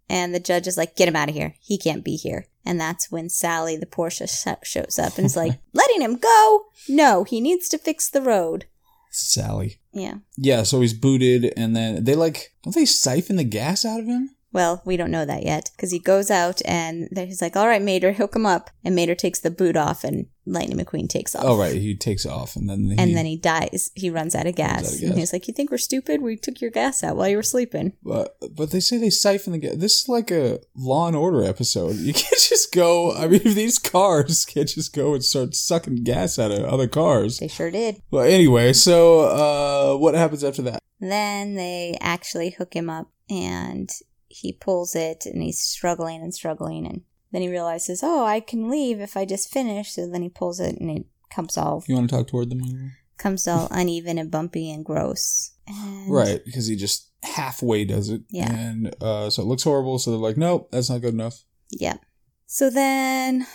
[SPEAKER 2] and the judge is like get him out of here he can't be here and that's when sally the porsche sh- shows up and
[SPEAKER 1] [laughs]
[SPEAKER 2] is like letting him go no he needs to fix the road
[SPEAKER 1] Sally.
[SPEAKER 2] yeah
[SPEAKER 1] Yeah. So he's booted, and then they like don't they siphon the gas out of him?
[SPEAKER 2] well we don't know that yet because he goes out and then he's like all right mater hook him up and mater takes the boot off and lightning mcqueen takes off
[SPEAKER 1] Oh, right. He takes off, and then he,
[SPEAKER 2] and then he dies he runs out of gas,
[SPEAKER 1] gas.
[SPEAKER 2] and he's like you think we're stupid we took your gas out while you were sleeping
[SPEAKER 1] But but they say they siphon the gas. This is like a Law and Order episode. You [laughs] can't just go. I mean, [laughs] these cars can't just go and start sucking gas out of other cars.
[SPEAKER 2] they sure did
[SPEAKER 1] Well, anyway, so uh, what happens after that?
[SPEAKER 2] Then they actually hook him up and he pulls it and he's struggling and struggling and then he realizes, oh, I can leave if I just finish. So then he pulls it and it comes all
[SPEAKER 1] You want to talk toward the moon?
[SPEAKER 2] comes
[SPEAKER 1] [laughs]
[SPEAKER 2] all uneven and bumpy and gross. And
[SPEAKER 1] Right, because he just halfway does it.
[SPEAKER 2] Yeah.
[SPEAKER 1] And uh, so it looks horrible. So they're like, nope, that's not good enough.
[SPEAKER 2] Yeah. So then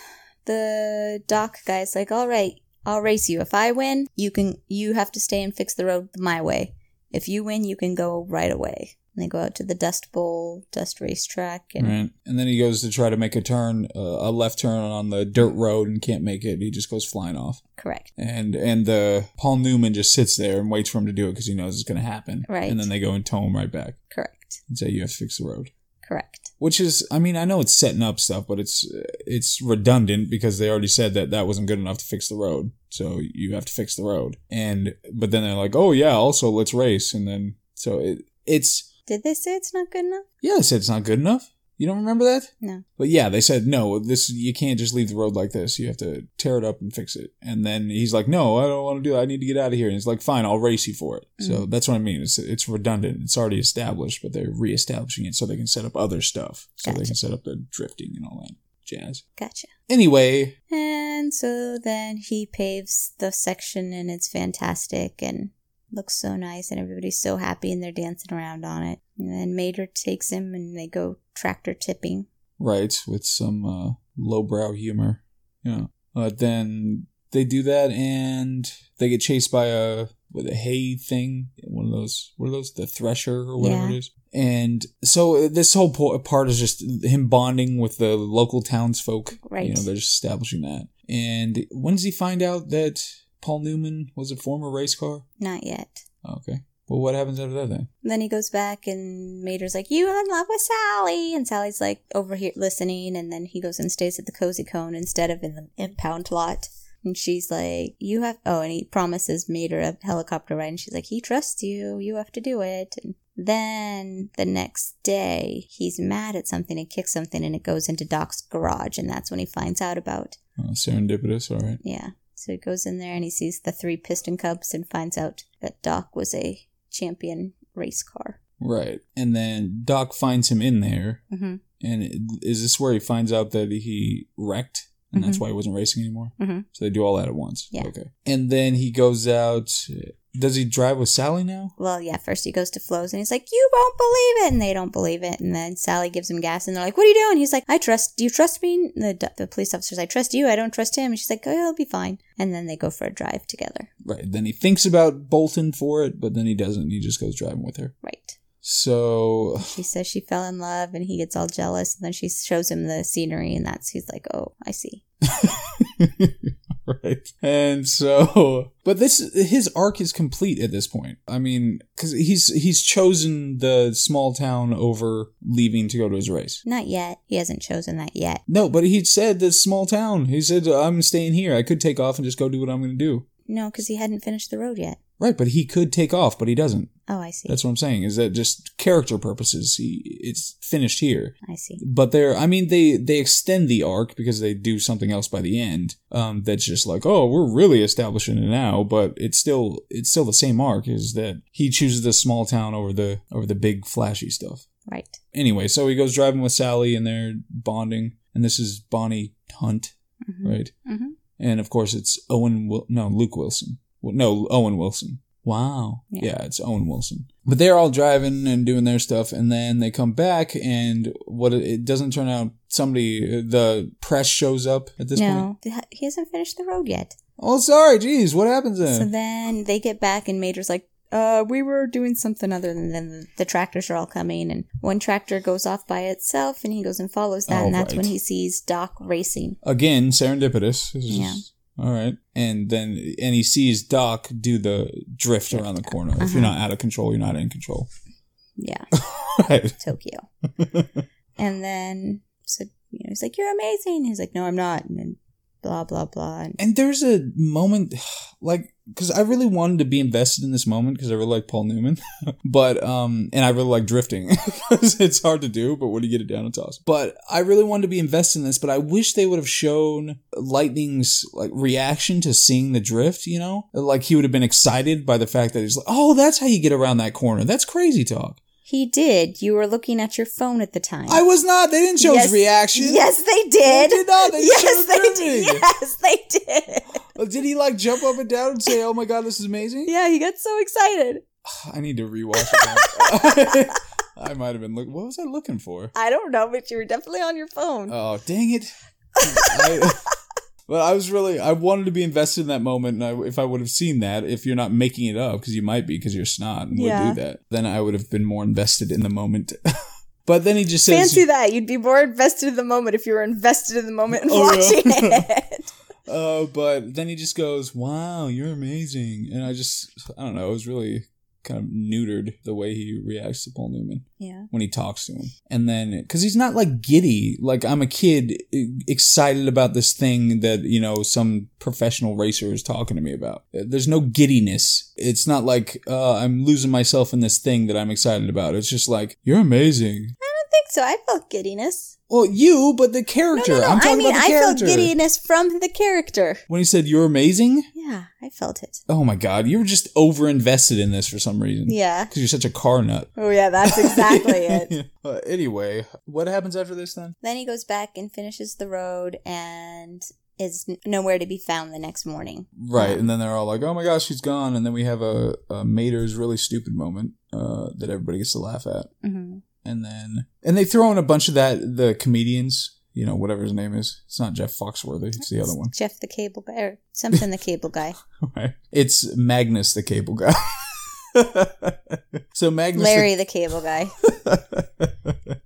[SPEAKER 2] the doc guy's like, all right, I'll race you. If I win, you can you have to stay and fix the road my way. If you win, you can go right away. And they go out to the dust bowl, dust racetrack, and
[SPEAKER 1] Right. And then he goes to try to make a turn, uh, a left turn on the dirt road and can't make it. He just goes flying off.
[SPEAKER 2] correct.
[SPEAKER 1] And and the Paul Newman just sits there and waits for him to do it because he knows it's going to happen.
[SPEAKER 2] Right.
[SPEAKER 1] And then they go and tow him right back
[SPEAKER 2] Correct.
[SPEAKER 1] and say, you have to fix the road.
[SPEAKER 2] Correct.
[SPEAKER 1] Which is, I mean, I know it's setting up stuff, but it's it's redundant because they already said that that wasn't good enough to fix the road, so you have to fix the road. And but then they're like, oh yeah, also let's race, and then so it it's
[SPEAKER 2] Did they say it's not good enough?
[SPEAKER 1] yeah, they said it's not good enough. You don't remember that?
[SPEAKER 2] No.
[SPEAKER 1] But yeah, they said no. This you can't just leave the road like this. You have to tear it up and fix it. And then he's like, no, I don't want to do that. I need to get out of here. And he's like, fine, I'll race you for it. So
[SPEAKER 2] Mm-hmm.
[SPEAKER 1] that's what I mean. It's it's redundant. It's already established, but they're reestablishing it so they can set up other stuff. So they
[SPEAKER 2] Gotcha.
[SPEAKER 1] can set up the drifting and all that jazz.
[SPEAKER 2] Gotcha.
[SPEAKER 1] Anyway,
[SPEAKER 2] And so then he paves the section and it's fantastic and looks so nice and everybody's so happy and they're dancing around on it. And then Mater takes him and they go tractor tipping.
[SPEAKER 1] right with some uh, lowbrow humor. Yeah. Uh, then they do that and they get chased by a with a hay thing, one of those, what are those, the thresher or whatever
[SPEAKER 2] Yeah.
[SPEAKER 1] it is. And so uh, this whole po- part is just him bonding with the local townsfolk.
[SPEAKER 2] Right.
[SPEAKER 1] You know, they're just establishing that. And when does he find out that Paul Newman was a former race car?
[SPEAKER 2] Not yet.
[SPEAKER 1] Okay. Well, what happens after that then?
[SPEAKER 2] And then he goes back and Mater's like, You are in love with Sally and Sally's like over here listening and then he goes and stays at the cozy cone instead of in the impound lot. And she's like, you have, oh, and he promises made her a helicopter ride. And she's like, he trusts you. You have to do it. And then the next day, he's mad at something and kicks something and it goes into Doc's garage. And that's when he finds out about,
[SPEAKER 1] Oh, serendipitous, all right.
[SPEAKER 2] yeah. So he goes in there and he sees the three piston cubs and finds out that Doc was a champion race car.
[SPEAKER 1] Right. And then Doc finds him in there.
[SPEAKER 2] hmm
[SPEAKER 1] And it- is this where he finds out that he wrecked? And that's why he wasn't racing anymore?
[SPEAKER 2] Mhm.
[SPEAKER 1] So they do all that at once.
[SPEAKER 2] Yeah.
[SPEAKER 1] Okay. And then he goes out. Does he drive with Sally now?
[SPEAKER 2] Well, yeah, first he goes to Flo's and he's like, You won't believe it. And they don't believe it. And then Sally gives him gas and they're like, What are you doing? He's like, I trust, do you trust me? And The, do- the police officer's, I trust you. I don't trust him. And she's like, Oh, he'll be fine. And then they go for a drive together.
[SPEAKER 1] Right. Then he thinks about bolting for it, but then he doesn't. He just goes driving with her.
[SPEAKER 2] Right.
[SPEAKER 1] So, [laughs]
[SPEAKER 2] She says she fell in love and he gets all jealous. And then she shows him the scenery and that's, he's like, Oh, I see.
[SPEAKER 1] right. And so, but this his arc is complete at this point. I mean, cuz he's he's chosen the small town over leaving to go to his race.
[SPEAKER 2] Not yet. He hasn't chosen that yet.
[SPEAKER 1] No, but he said the small town. He said I'm staying here. I could take off and just go do what I'm going to do.
[SPEAKER 2] No, because he hadn't finished the road yet.
[SPEAKER 1] Right, but he could take off, but he doesn't.
[SPEAKER 2] Oh, I see.
[SPEAKER 1] That's what I'm saying. Is that just character purposes? He it's finished here.
[SPEAKER 2] I see.
[SPEAKER 1] but they're i mean they they extend the arc because they do something else by the end um that's just like oh we're really establishing it now but it's still it's still the same arc is that he chooses the small town over the over the big flashy stuff
[SPEAKER 2] Right.
[SPEAKER 1] anyway so he goes driving with sally and they're bonding and this is bonnie hunt
[SPEAKER 2] Mhm.
[SPEAKER 1] right
[SPEAKER 2] Mhm.
[SPEAKER 1] and of course it's owen Wil- no luke wilson Well, no owen wilson wow
[SPEAKER 2] Yeah.
[SPEAKER 1] yeah it's owen wilson but they're all driving and doing their stuff and then they come back and what it- it doesn't turn out somebody the press shows up at this point
[SPEAKER 2] No, he hasn't finished the road yet.
[SPEAKER 1] oh sorry geez what happens then
[SPEAKER 2] So then they get back, and Major's like, uh, we were doing something other than then the, the tractors are all coming, and one tractor goes off by itself, and he goes and follows that,
[SPEAKER 1] Oh,
[SPEAKER 2] and that's
[SPEAKER 1] right.
[SPEAKER 2] when he sees Doc racing.
[SPEAKER 1] again serendipitous This is-
[SPEAKER 2] Yeah.
[SPEAKER 1] all right and then and he sees doc do the drift Uh-huh. around the corner if you're not out of control you're not in control [laughs]
[SPEAKER 2] Yeah,
[SPEAKER 1] right [laughs]
[SPEAKER 2] Tokyo. and then so you know he's like, "You're amazing." He's like, "No, I'm not." And then blah blah blah. And
[SPEAKER 1] and there's a moment [sighs] like because i really wanted to be invested in this moment because i really like paul newman [laughs] but um and i really like drifting [laughs] 'Cause it's hard to do but when you get it down it's awesome but i really wanted to be invested in this but i wish they would have shown lightning's like reaction to seeing the drift you know like he would have been excited by the fact that he's like oh that's how you get around that corner that's crazy talk
[SPEAKER 2] he did. You were looking at your phone at the time.
[SPEAKER 1] i was not they didn't show
[SPEAKER 2] Yes.
[SPEAKER 1] his reaction
[SPEAKER 2] Yes, they
[SPEAKER 1] they
[SPEAKER 2] did. [laughs]
[SPEAKER 1] did not. They just
[SPEAKER 2] yes,
[SPEAKER 1] showed him
[SPEAKER 2] they did.
[SPEAKER 1] drifting.
[SPEAKER 2] Yes, they did. [laughs]
[SPEAKER 1] Did he like jump up and down and say, "Oh my god, this is amazing"?
[SPEAKER 2] Yeah, he got so excited.
[SPEAKER 1] I need to rewatch it. now. [laughs] I might have been looking. What was I looking for?
[SPEAKER 2] I don't know, but you were definitely on your phone.
[SPEAKER 1] Oh, dang it! I, but I was really. I wanted to be invested in that moment, and I, if I would have seen that, if you're not making it up, because you might be, because you're snot and
[SPEAKER 2] Yeah.
[SPEAKER 1] would do that, then I would have been more invested in the moment. [laughs] but then he just says,
[SPEAKER 2] Fancy that. You'd be more invested in the moment if you were invested in the moment and
[SPEAKER 1] Oh, yeah. [laughs]
[SPEAKER 2] watching it.
[SPEAKER 1] "Oh," but then he just goes, "Wow, you're amazing," and I just, I don't know. It was really kind of neutered the way he reacts to Paul Newman.
[SPEAKER 2] Yeah.
[SPEAKER 1] when he talks to him. And then, because he's not like giddy, like I'm a kid e- excited about this thing that, you know, some professional racer is talking to me about. Uh, There's no giddiness. It's not like uh, I'm losing myself in this thing that I'm excited about. It's just like, you're amazing.
[SPEAKER 2] I don't think so. I felt giddiness.
[SPEAKER 1] Well, you, but the
[SPEAKER 2] No,
[SPEAKER 1] character.
[SPEAKER 2] no, no.
[SPEAKER 1] I'm talking
[SPEAKER 2] I mean,
[SPEAKER 1] about the
[SPEAKER 2] I
[SPEAKER 1] character.
[SPEAKER 2] felt giddiness from the character.
[SPEAKER 1] When he said, you're amazing,
[SPEAKER 2] Yeah, I felt it.
[SPEAKER 1] oh my God, you were just over invested in this for some reason.
[SPEAKER 2] Yeah.
[SPEAKER 1] Because you're such a car nut.
[SPEAKER 2] Oh, yeah, that's
[SPEAKER 1] [laughs]
[SPEAKER 2] exactly it.
[SPEAKER 1] Uh, anyway, what happens after this then?
[SPEAKER 2] Then he goes back and finishes the road and is n- nowhere to be found the next morning.
[SPEAKER 1] Right, and then they're all like, "Oh my gosh, she's gone!" And then we have a, a Mater's really stupid moment uh, that everybody gets to laugh at,
[SPEAKER 2] Mm-hmm.
[SPEAKER 1] and then and they throw in a bunch of that the comedians, you know, whatever his name is. It's not Jeff Foxworthy; it's the other one. [laughs]
[SPEAKER 2] Jeff the cable guy, or something the cable guy.
[SPEAKER 1] Right? It's Magnus, the cable guy. [laughs] so Magnus, the-
[SPEAKER 2] Larry the
[SPEAKER 1] [laughs]
[SPEAKER 2] cable guy.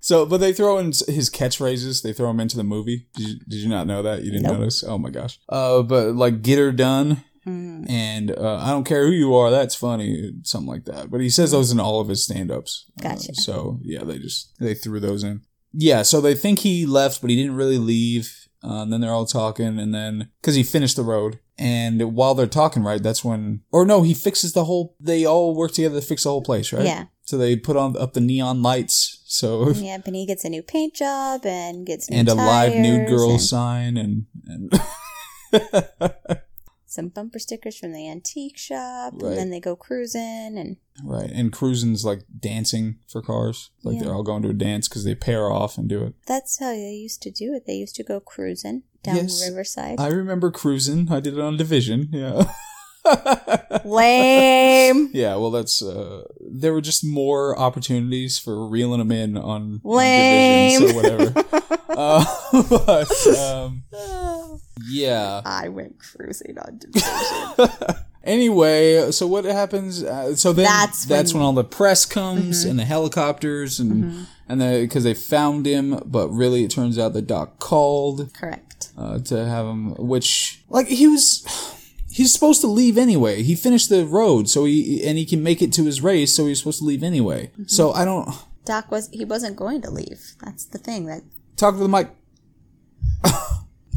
[SPEAKER 1] so, but they throw in his catchphrases. They throw him into the movie. Did you, did you not know that? You didn't
[SPEAKER 2] Nope.
[SPEAKER 1] notice? Oh my gosh! Uh, but like, get her done.
[SPEAKER 2] Mm.
[SPEAKER 1] and uh, I don't care who you are, that's funny, something like that. But he says those in all of his stand-ups. Uh,
[SPEAKER 2] Gotcha.
[SPEAKER 1] so yeah, they just they threw those in. Yeah, so they think he left, but he didn't really leave. Uh, and then they're all talking, and then because he finished the road, And while they're talking, right, that's when, or no, he fixes the whole. They all work together to fix the whole place, right?
[SPEAKER 2] Yeah.
[SPEAKER 1] So they put on up the neon lights.
[SPEAKER 2] [laughs]
[SPEAKER 1] So
[SPEAKER 2] Yeah, Benny gets a new paint job and gets new
[SPEAKER 1] and a live nude
[SPEAKER 2] tires
[SPEAKER 1] girl
[SPEAKER 2] and
[SPEAKER 1] sign and and
[SPEAKER 2] some bumper stickers from the antique shop,
[SPEAKER 1] Right.
[SPEAKER 2] and then they go cruising and
[SPEAKER 1] right and cruising's like dancing for cars. Like
[SPEAKER 2] Yeah.
[SPEAKER 1] they're all going to a dance because they pair off and do it.
[SPEAKER 2] that's how they used to do it. They used to go cruising down
[SPEAKER 1] Yes.
[SPEAKER 2] Riverside. [laughs]
[SPEAKER 1] I remember cruising. I did it on Division. [laughs] Yeah. [laughs]
[SPEAKER 2] Lame.
[SPEAKER 1] Yeah, well, that's uh, there were just more opportunities for reeling them in on on
[SPEAKER 2] Lame.
[SPEAKER 1] Division, so whatever.
[SPEAKER 2] [laughs]
[SPEAKER 1] uh, [laughs] but um, yeah.
[SPEAKER 2] I went cruising
[SPEAKER 1] [laughs]
[SPEAKER 2] on Division.
[SPEAKER 1] Anyway, so what happens? Uh, so then
[SPEAKER 2] That's
[SPEAKER 1] that's,
[SPEAKER 2] when- Mm-hmm.
[SPEAKER 1] when, all the press comes and the helicopters and and the because they found him, but really it turns out the doc called
[SPEAKER 2] Correct.
[SPEAKER 1] uh, to have him, which like he was. [sighs] He's supposed to leave anyway. He finished the road, so he and he can make it to his race, so he's supposed to leave anyway.
[SPEAKER 2] Mm-hmm.
[SPEAKER 1] So I don't
[SPEAKER 2] Doc was he wasn't going to leave. That's the thing that
[SPEAKER 1] talk to the
[SPEAKER 2] [laughs]
[SPEAKER 1] mic.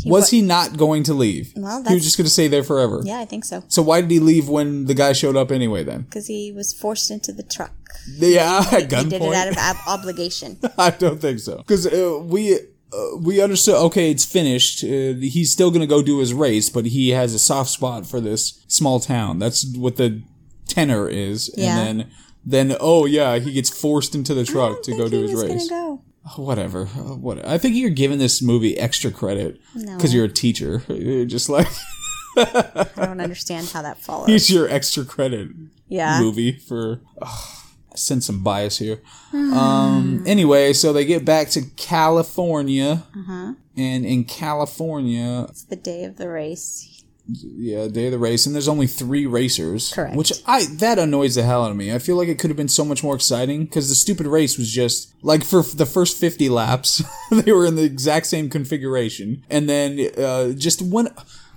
[SPEAKER 1] was he not going to leave?
[SPEAKER 2] Well,
[SPEAKER 1] he
[SPEAKER 2] that's-
[SPEAKER 1] was just going to stay there forever.
[SPEAKER 2] yeah, I think so.
[SPEAKER 1] So why did he leave when the guy showed up anyway? Then
[SPEAKER 2] Because he was forced into the truck.
[SPEAKER 1] yeah, [laughs] at
[SPEAKER 2] He did it out
[SPEAKER 1] gunpoint.
[SPEAKER 2] of ob-
[SPEAKER 1] [laughs]
[SPEAKER 2] obligation.
[SPEAKER 1] I don't think so because uh, we. Uh, we understood. Okay, it's finished. Uh, he's still gonna go do his race, but he has a soft spot for this small town. That's what the tenor is.
[SPEAKER 2] Yeah.
[SPEAKER 1] And then, then oh yeah, he gets forced into the truck to
[SPEAKER 2] I
[SPEAKER 1] go
[SPEAKER 2] think he
[SPEAKER 1] do his
[SPEAKER 2] was
[SPEAKER 1] race.
[SPEAKER 2] Gonna go.
[SPEAKER 1] whatever. Uh, what I think you're giving this movie extra credit because you're a teacher. [laughs] You're just like
[SPEAKER 2] I don't understand
[SPEAKER 1] [laughs]
[SPEAKER 2] how that follows.
[SPEAKER 1] here's your extra credit
[SPEAKER 2] Yeah.
[SPEAKER 1] movie for. Ugh, I sense some bias here. um. Anyway, so they get back to California, and in California,
[SPEAKER 2] It's the day of the race.
[SPEAKER 1] yeah, day of the race, and there's only three racers.
[SPEAKER 2] Correct.
[SPEAKER 1] Which I that annoys the hell out of me. I feel like it could have been so much more exciting because the stupid race was just like for f- the first 50 laps, [laughs] they were in the exact same configuration, and then uh, just one.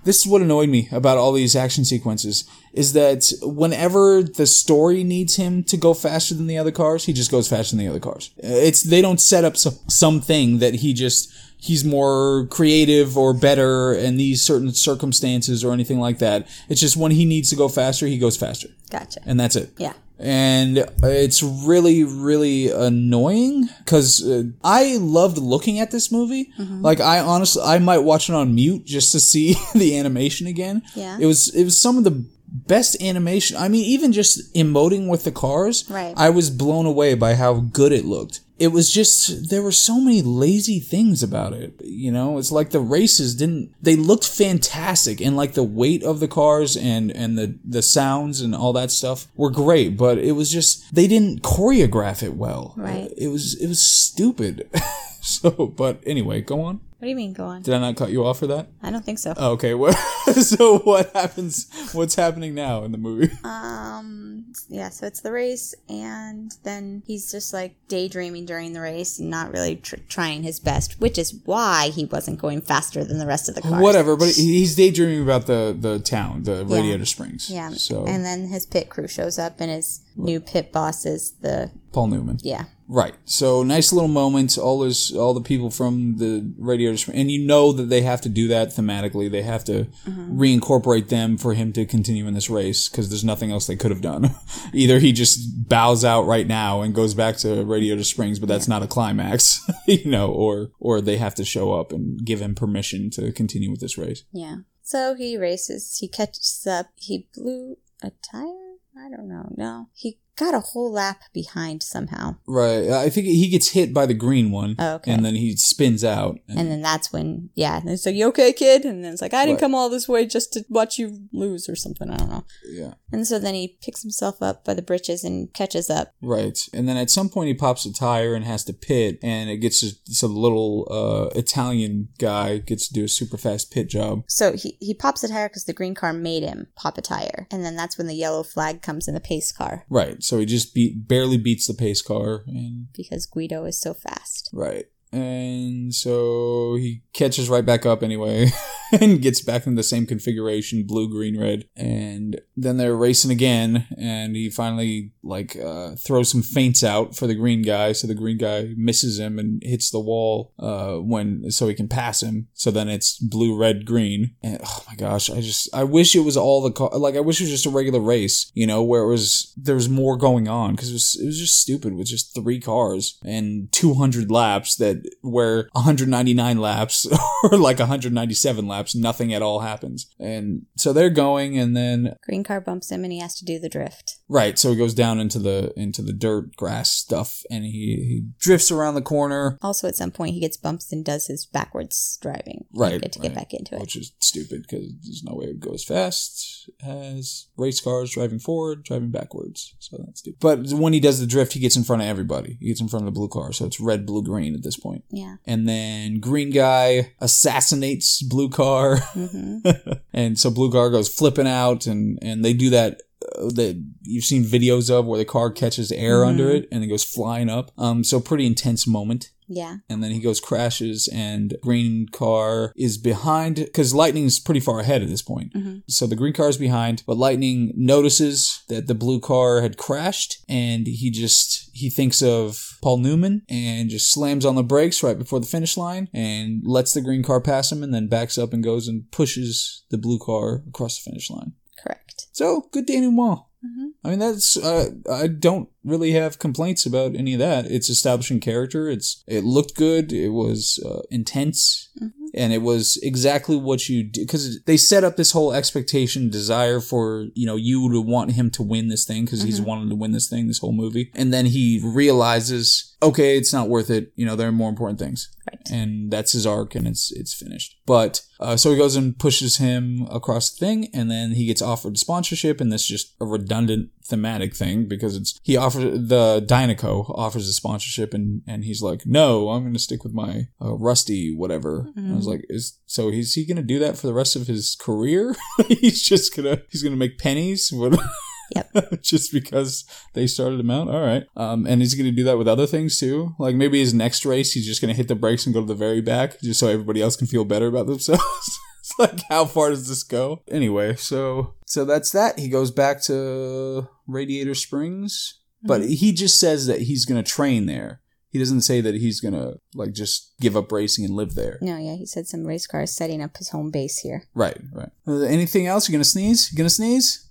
[SPEAKER 1] This is what annoyed me about all these action sequences is that whenever the story needs him to go faster than the other cars, he just goes faster than the other cars. Uh, It's they don't set up some, something that he just he's more creative or better in these certain circumstances or anything like that. It's just when he needs to go faster, he goes faster.
[SPEAKER 2] Gotcha.
[SPEAKER 1] And that's it.
[SPEAKER 2] Yeah.
[SPEAKER 1] And it's really, really annoying because uh, I loved looking at this movie.
[SPEAKER 2] Mm-hmm.
[SPEAKER 1] Like I honestly, I might watch it on mute just to see [laughs] the animation again.
[SPEAKER 2] Yeah.
[SPEAKER 1] It was, it was some of the best animation. I mean, even just emoting with the cars.
[SPEAKER 2] Right.
[SPEAKER 1] I was blown away by how good it looked. It was just, there were so many lazy things about it. You know, it's like the races didn't, they looked fantastic and like the weight of the cars and, and the, the sounds and all that stuff were great, but it was just, they didn't choreograph it well.
[SPEAKER 2] Right.
[SPEAKER 1] It was, it was stupid. [laughs] so, but anyway, go on.
[SPEAKER 2] What do you mean, go on?
[SPEAKER 1] Did I not cut you off for that?
[SPEAKER 2] I don't think so.
[SPEAKER 1] Okay. [laughs] Well, so what happens, what's happening now in the movie?
[SPEAKER 2] Um, yeah, so it's the race, and then he's just like daydreaming during the race and not really tr- trying his best, which is why he wasn't going faster than the rest of the cars.
[SPEAKER 1] Whatever, but he- he's daydreaming about the the town, the Radiator Springs.
[SPEAKER 2] Yeah.
[SPEAKER 1] So
[SPEAKER 2] And then his pit crew shows up, and his new pit boss is the.
[SPEAKER 1] Paul Newman.
[SPEAKER 2] Yeah.
[SPEAKER 1] Right. So nice little moments. All those, all the people from the Radiator Springs, and you know that they have to do that thematically. They have to
[SPEAKER 2] Mm-hmm.
[SPEAKER 1] reincorporate them for him to continue in this race because there's nothing else they could have done. [laughs] Either he just bows out right now and goes back to Radiator Springs, but that's not a climax, [laughs] you know, or or they have to show up and give him permission to continue with this race.
[SPEAKER 2] Yeah. So he races, he catches up, he blew a tire? I don't know. No. He got a whole lap behind somehow.
[SPEAKER 1] Right. I think he gets hit by the green one,
[SPEAKER 2] Oh, okay.
[SPEAKER 1] And then he spins out.
[SPEAKER 2] And then that's when, yeah, and it's like, you okay, kid? And then it's like, I didn't
[SPEAKER 1] Right.
[SPEAKER 2] come all this way just to watch you lose or something. I don't know.
[SPEAKER 1] yeah.
[SPEAKER 2] And so then he picks himself up by the britches and catches up.
[SPEAKER 1] Right. And then at some point he pops a tire and has to pit and it gets to- so the little uh, Italian guy gets to do a super fast pit job.
[SPEAKER 2] So he, he pops a tire because the green car made him pop a tire. And then that's when the yellow flag comes in the pace car
[SPEAKER 1] Right. So he just beat barely beats the pace car and
[SPEAKER 2] because Guido is so fast.
[SPEAKER 1] right. And so he catches right back up anyway. [laughs] and gets back in the same configuration blue green red and then they're racing again and he finally like uh, throws some feints out for the green guy so the green guy misses him and hits the wall uh, when so he can pass him so then it's blue red green and oh my gosh i just i wish it was all the car like i wish it was just a regular race you know where it was there was more going on because it was, it was just stupid with just three cars and 200 laps that where 199 laps [laughs] or like 197 laps nothing at all happens and so they're going and then
[SPEAKER 3] Green car bumps him and he has to do the drift.
[SPEAKER 1] Right, so he goes down into the into the dirt, grass stuff, and he, he drifts around the corner,
[SPEAKER 3] Also, at some point, he gets bumped and does his backwards driving.
[SPEAKER 1] Right,
[SPEAKER 3] To get
[SPEAKER 1] right.
[SPEAKER 3] back into it.
[SPEAKER 1] which is stupid because there's no way it would go as fast as race cars driving forward, driving backwards. So that's stupid. But when he does the drift, he gets in front of everybody. He gets in front of the blue car, so it's red, blue, green at this point.
[SPEAKER 3] Yeah.
[SPEAKER 1] And then green guy assassinates blue car.
[SPEAKER 3] hmm
[SPEAKER 1] [laughs] and so blue car goes flipping out and and they do that uh, that you've seen videos of where the car catches air
[SPEAKER 3] Mhm.
[SPEAKER 1] under it and it goes flying up um so pretty intense moment
[SPEAKER 3] Yeah.
[SPEAKER 1] and then he goes crashes and green car is behind because lightning's pretty far ahead at this point
[SPEAKER 3] Mhm.
[SPEAKER 1] so the green car is behind but lightning notices that the blue car had crashed and he just he thinks of paul newman and just slams on the brakes right before the finish line and lets the green car pass him and then backs up and goes and pushes the blue car across the finish line
[SPEAKER 3] Correct.
[SPEAKER 1] so good denouement
[SPEAKER 3] Mhm.
[SPEAKER 1] I mean, that's uh, I don't really have complaints about any of that. It's establishing character. It's it looked good. It was uh, intense, and it was exactly what you because they set up this whole expectation, desire for you know you to want him to win this thing because he's wanted to win this thing this whole movie, and then he realizes, okay, it's not worth it. You know, there are more important things and that's his arc and it's it's finished but uh, so he goes and pushes him across the thing and then he gets offered sponsorship and this is just a redundant thematic thing because it's he offers the dynaco offers a sponsorship and and he's like no i'm gonna stick with my uh, rusty whatever and i was like is so is he gonna do that for the rest of his career [laughs] he's just gonna he's gonna make pennies what [laughs] just because they started him out. All right. Um, and he's going to do that with other things too. Like maybe his next race, he's just going to hit the brakes and go to the very back just so everybody else can feel better about themselves. [laughs] it's like, how far does this go? Anyway, so, so that's that. He goes back to Radiator Springs, but he just says that he's going to train there. He doesn't say that he's going to like just give up racing and live there.
[SPEAKER 3] No, yeah, he said some race car is setting up his home base here.
[SPEAKER 1] Right, right. Uh, anything else? You going to sneeze? You going to sneeze?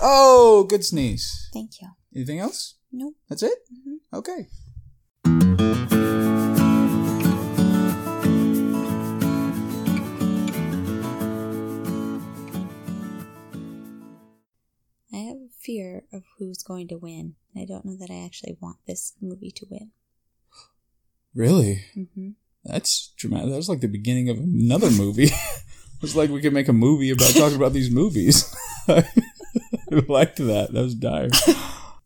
[SPEAKER 1] Oh, good sneeze.
[SPEAKER 3] Thank you.
[SPEAKER 1] Anything else?
[SPEAKER 3] Nope. Mm-hmm.
[SPEAKER 1] That's it? Okay.
[SPEAKER 3] I have a fear of who's going to win. I don't know that I actually want this movie to win.
[SPEAKER 1] Really?
[SPEAKER 3] Mm-hmm.
[SPEAKER 1] That's dramatic. That was like the beginning of another movie. [laughs] it's like we could make a movie about talking about these movies. [laughs] I liked that. That was dire.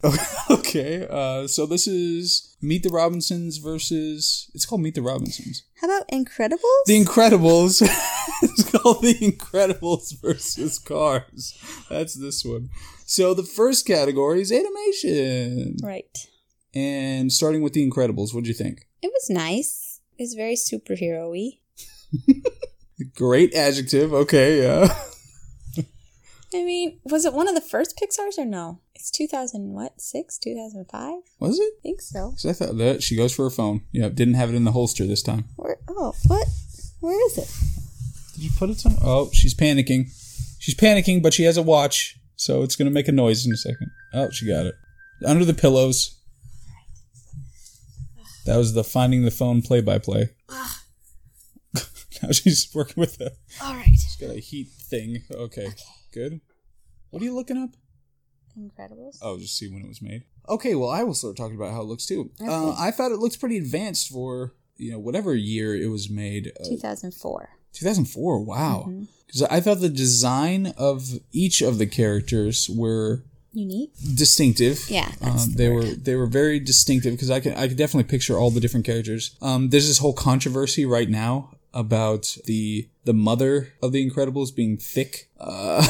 [SPEAKER 1] [laughs] okay, uh, so this is Meet the Robinsons versus. It's called Meet the Robinsons.
[SPEAKER 3] How about Incredibles?
[SPEAKER 1] The Incredibles. [laughs] it's called The Incredibles versus Cars. That's this one. So the first category is animation.
[SPEAKER 3] right.
[SPEAKER 1] And starting with The Incredibles, what'd you think?
[SPEAKER 3] It was nice. It was very superhero y.
[SPEAKER 1] Great adjective. Okay, yeah. [laughs]
[SPEAKER 3] I mean, was it one of the first Pixar's or no? It's 2000, what, 6, 2005? I
[SPEAKER 1] Was it?
[SPEAKER 3] think so.
[SPEAKER 1] 'Cause I thought that she goes for her phone. Yep, didn't have it in the holster this time.
[SPEAKER 3] Where, oh, what? Where is it?
[SPEAKER 1] Did you put it some? Oh, she's panicking. She's panicking, but she has a watch, so it's gonna make a noise in a second. Oh, she got it under the pillows. That was the finding the phone play-by-play. [laughs] now she's working with the.
[SPEAKER 3] All right.
[SPEAKER 1] She's got a heat thing. Okay, good. What are you looking up?
[SPEAKER 3] Incredibles.
[SPEAKER 1] Oh, just see when it was made. Okay, well, I will start talking about how it looks too. Uh, I thought it looked pretty advanced for you know whatever year it was made. Uh,
[SPEAKER 3] 2004.
[SPEAKER 1] 2004. Wow.
[SPEAKER 3] Mm-hmm.
[SPEAKER 1] Because I thought the design of each of the characters were
[SPEAKER 3] Unique?
[SPEAKER 1] distinctive.
[SPEAKER 3] Yeah, that's
[SPEAKER 1] Um,
[SPEAKER 3] the
[SPEAKER 1] they
[SPEAKER 3] word.
[SPEAKER 1] were they were very distinctive because I can I can definitely picture all the different characters. Um, there's this whole controversy right now about the the mother of [laughs] the Incredibles being thick, uh,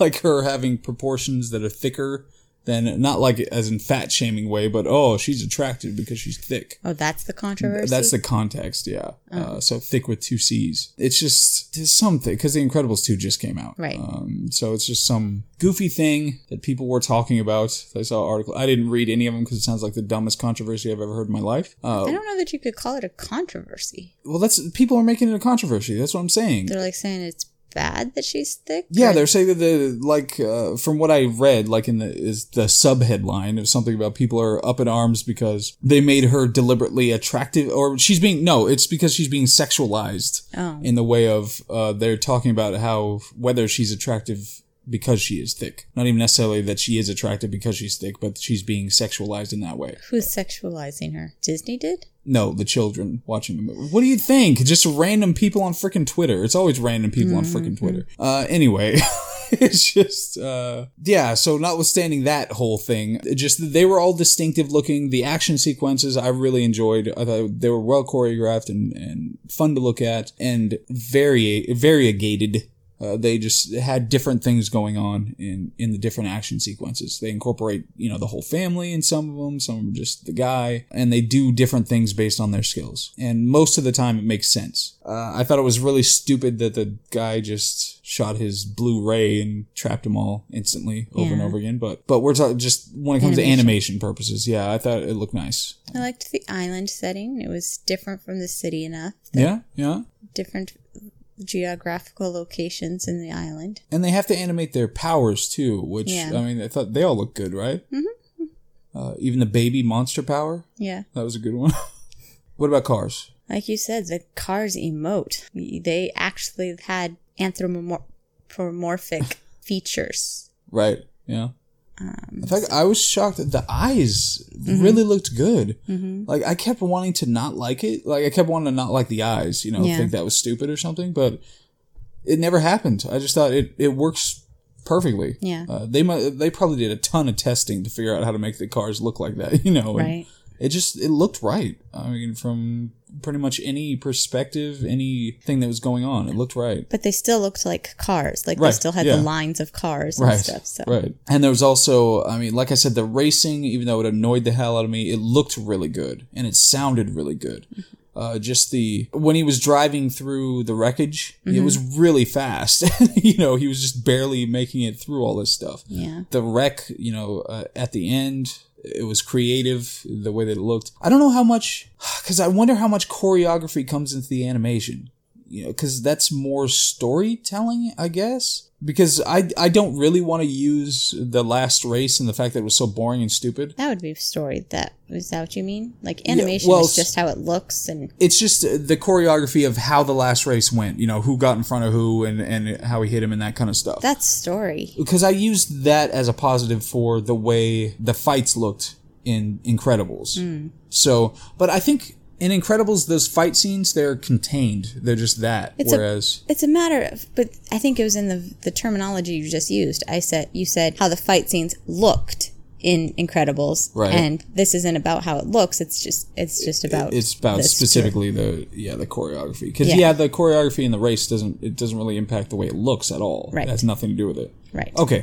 [SPEAKER 1] like her having proportions that are thicker Then not like as in fat shaming way, but oh, she's attractive because she's thick.
[SPEAKER 2] Oh, that's the controversy. Oh.
[SPEAKER 1] That's the context, yeah. Uh, so thick with two C's. It's just there's something because The Incredibles two just came out,
[SPEAKER 2] Right.
[SPEAKER 1] Um, so it's just some goofy thing that people were talking about. I saw an article. I didn't read any of them because it sounds like the dumbest controversy I've ever heard in my life.
[SPEAKER 2] I
[SPEAKER 1] Uh,
[SPEAKER 2] don't know that you could call it a controversy.
[SPEAKER 1] well, that's people are making it a controversy. That's what I'm saying.
[SPEAKER 2] They're like saying it's bad that she's thick.
[SPEAKER 1] Yeah,
[SPEAKER 2] or-
[SPEAKER 1] they're saying that the like uh, from what I read, like in the is the sub headline of something about people are up in arms because they made her deliberately attractive, or she's being no, it's because she's being sexualized
[SPEAKER 2] Oh.
[SPEAKER 1] in the way of uh, they're talking about how whether she's attractive because she is thick, not even necessarily that she is attractive because she's thick, but she's being sexualized in that way.
[SPEAKER 2] Who's sexualizing her? Disney did?
[SPEAKER 1] No, the children watching the movie. What do you think? Just random people on freaking Twitter. It's always random people on freaking Twitter. Uh, anyway, [laughs] it's just, uh, yeah, so notwithstanding that whole thing, it just, they were all distinctive looking. The action sequences I really enjoyed. I thought they were well choreographed and, and fun to look at and vari- variegated. Uh, they just had different things going on in in the different action sequences. They incorporate you know the whole family in some of them, some are just the guy, and they do different things based on their skills. And most of the time, it makes sense. Uh, I thought it was really stupid that the guy just shot his Blu-ray and trapped them all instantly over and
[SPEAKER 2] Yeah.
[SPEAKER 1] over again. But but we're talking just when it comes to animation purposes, yeah, I thought it looked nice.
[SPEAKER 2] I liked the island setting. It was different from the city enough.
[SPEAKER 1] Yeah, yeah.
[SPEAKER 2] Different geographical locations in the island.
[SPEAKER 1] And they have to animate their powers too, which
[SPEAKER 2] Yeah.
[SPEAKER 1] I mean, I thought they all looked good, right? Mm-hmm. Uh, even the baby monster power
[SPEAKER 2] Yeah.
[SPEAKER 1] that was a good one. [laughs] what about cars?
[SPEAKER 2] Like you said, the cars emote. They actually had anthropomorphic [laughs] features.
[SPEAKER 1] Right? Yeah.
[SPEAKER 2] Um,
[SPEAKER 1] In fact, I was shocked that the eyes
[SPEAKER 2] Mm-hmm.
[SPEAKER 1] really looked good. Like I kept wanting to not like it. Like I kept wanting to not like the eyes. You know,
[SPEAKER 2] Yeah.
[SPEAKER 1] think that was stupid or something. But it never happened. I just thought it it works perfectly.
[SPEAKER 2] Yeah.
[SPEAKER 1] Uh, they mu- they probably did a ton of testing to figure out how to make the cars look like that. [laughs] You know. and-
[SPEAKER 2] right.
[SPEAKER 1] it just it looked right i mean from pretty much any perspective anything that was going on it looked right
[SPEAKER 2] But they still looked like cars. Like they
[SPEAKER 1] Right,
[SPEAKER 2] still had
[SPEAKER 1] yeah.
[SPEAKER 2] the lines of cars and
[SPEAKER 1] right
[SPEAKER 2] stuff. So
[SPEAKER 1] right and there was also i mean like i said the racing even though it annoyed the hell out of me it looked really good and it sounded really good
[SPEAKER 2] Mm-hmm.
[SPEAKER 1] uh, just the when he was driving through the wreckage
[SPEAKER 2] Mm-hmm.
[SPEAKER 1] it was really fast [laughs] you know he was just barely making it through all this stuff
[SPEAKER 2] yeah.
[SPEAKER 1] the wreck you know uh, at the end it was creative the way that it looked i don't know how much [sighs] because i wonder how much choreography comes into the animation you know because that's more storytelling i guess because i i don't really want to use the last race and the fact that it was so boring and stupid
[SPEAKER 2] That would be a story. That is that what you mean? Like animation
[SPEAKER 1] well,
[SPEAKER 2] is just how it looks and
[SPEAKER 1] it's just uh, the choreography of how the last race went you know who got in front of who and and how he hit him and that kind of stuff
[SPEAKER 2] that's story.
[SPEAKER 1] because I used that as a positive for the way the fights looked in Incredibles.
[SPEAKER 2] Hmm.
[SPEAKER 1] So, but I think in Incredibles, those fight scenes they're contained; they're just that.
[SPEAKER 2] It's a-
[SPEAKER 1] Whereas,
[SPEAKER 2] It's a matter of, but I think it was in the the terminology you just used. I said you said how the fight scenes looked in Incredibles,
[SPEAKER 1] Right.
[SPEAKER 2] And this isn't about how it looks. It's just it's just about
[SPEAKER 1] it's about
[SPEAKER 2] the story.
[SPEAKER 1] specifically the yeah the choreography because yeah.
[SPEAKER 2] Yeah.
[SPEAKER 1] the choreography in the race doesn't it doesn't really impact the way it looks at all.
[SPEAKER 2] Right.
[SPEAKER 1] it has nothing to do with it.
[SPEAKER 2] right.
[SPEAKER 1] Okay,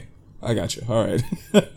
[SPEAKER 1] I got you. All right. [laughs]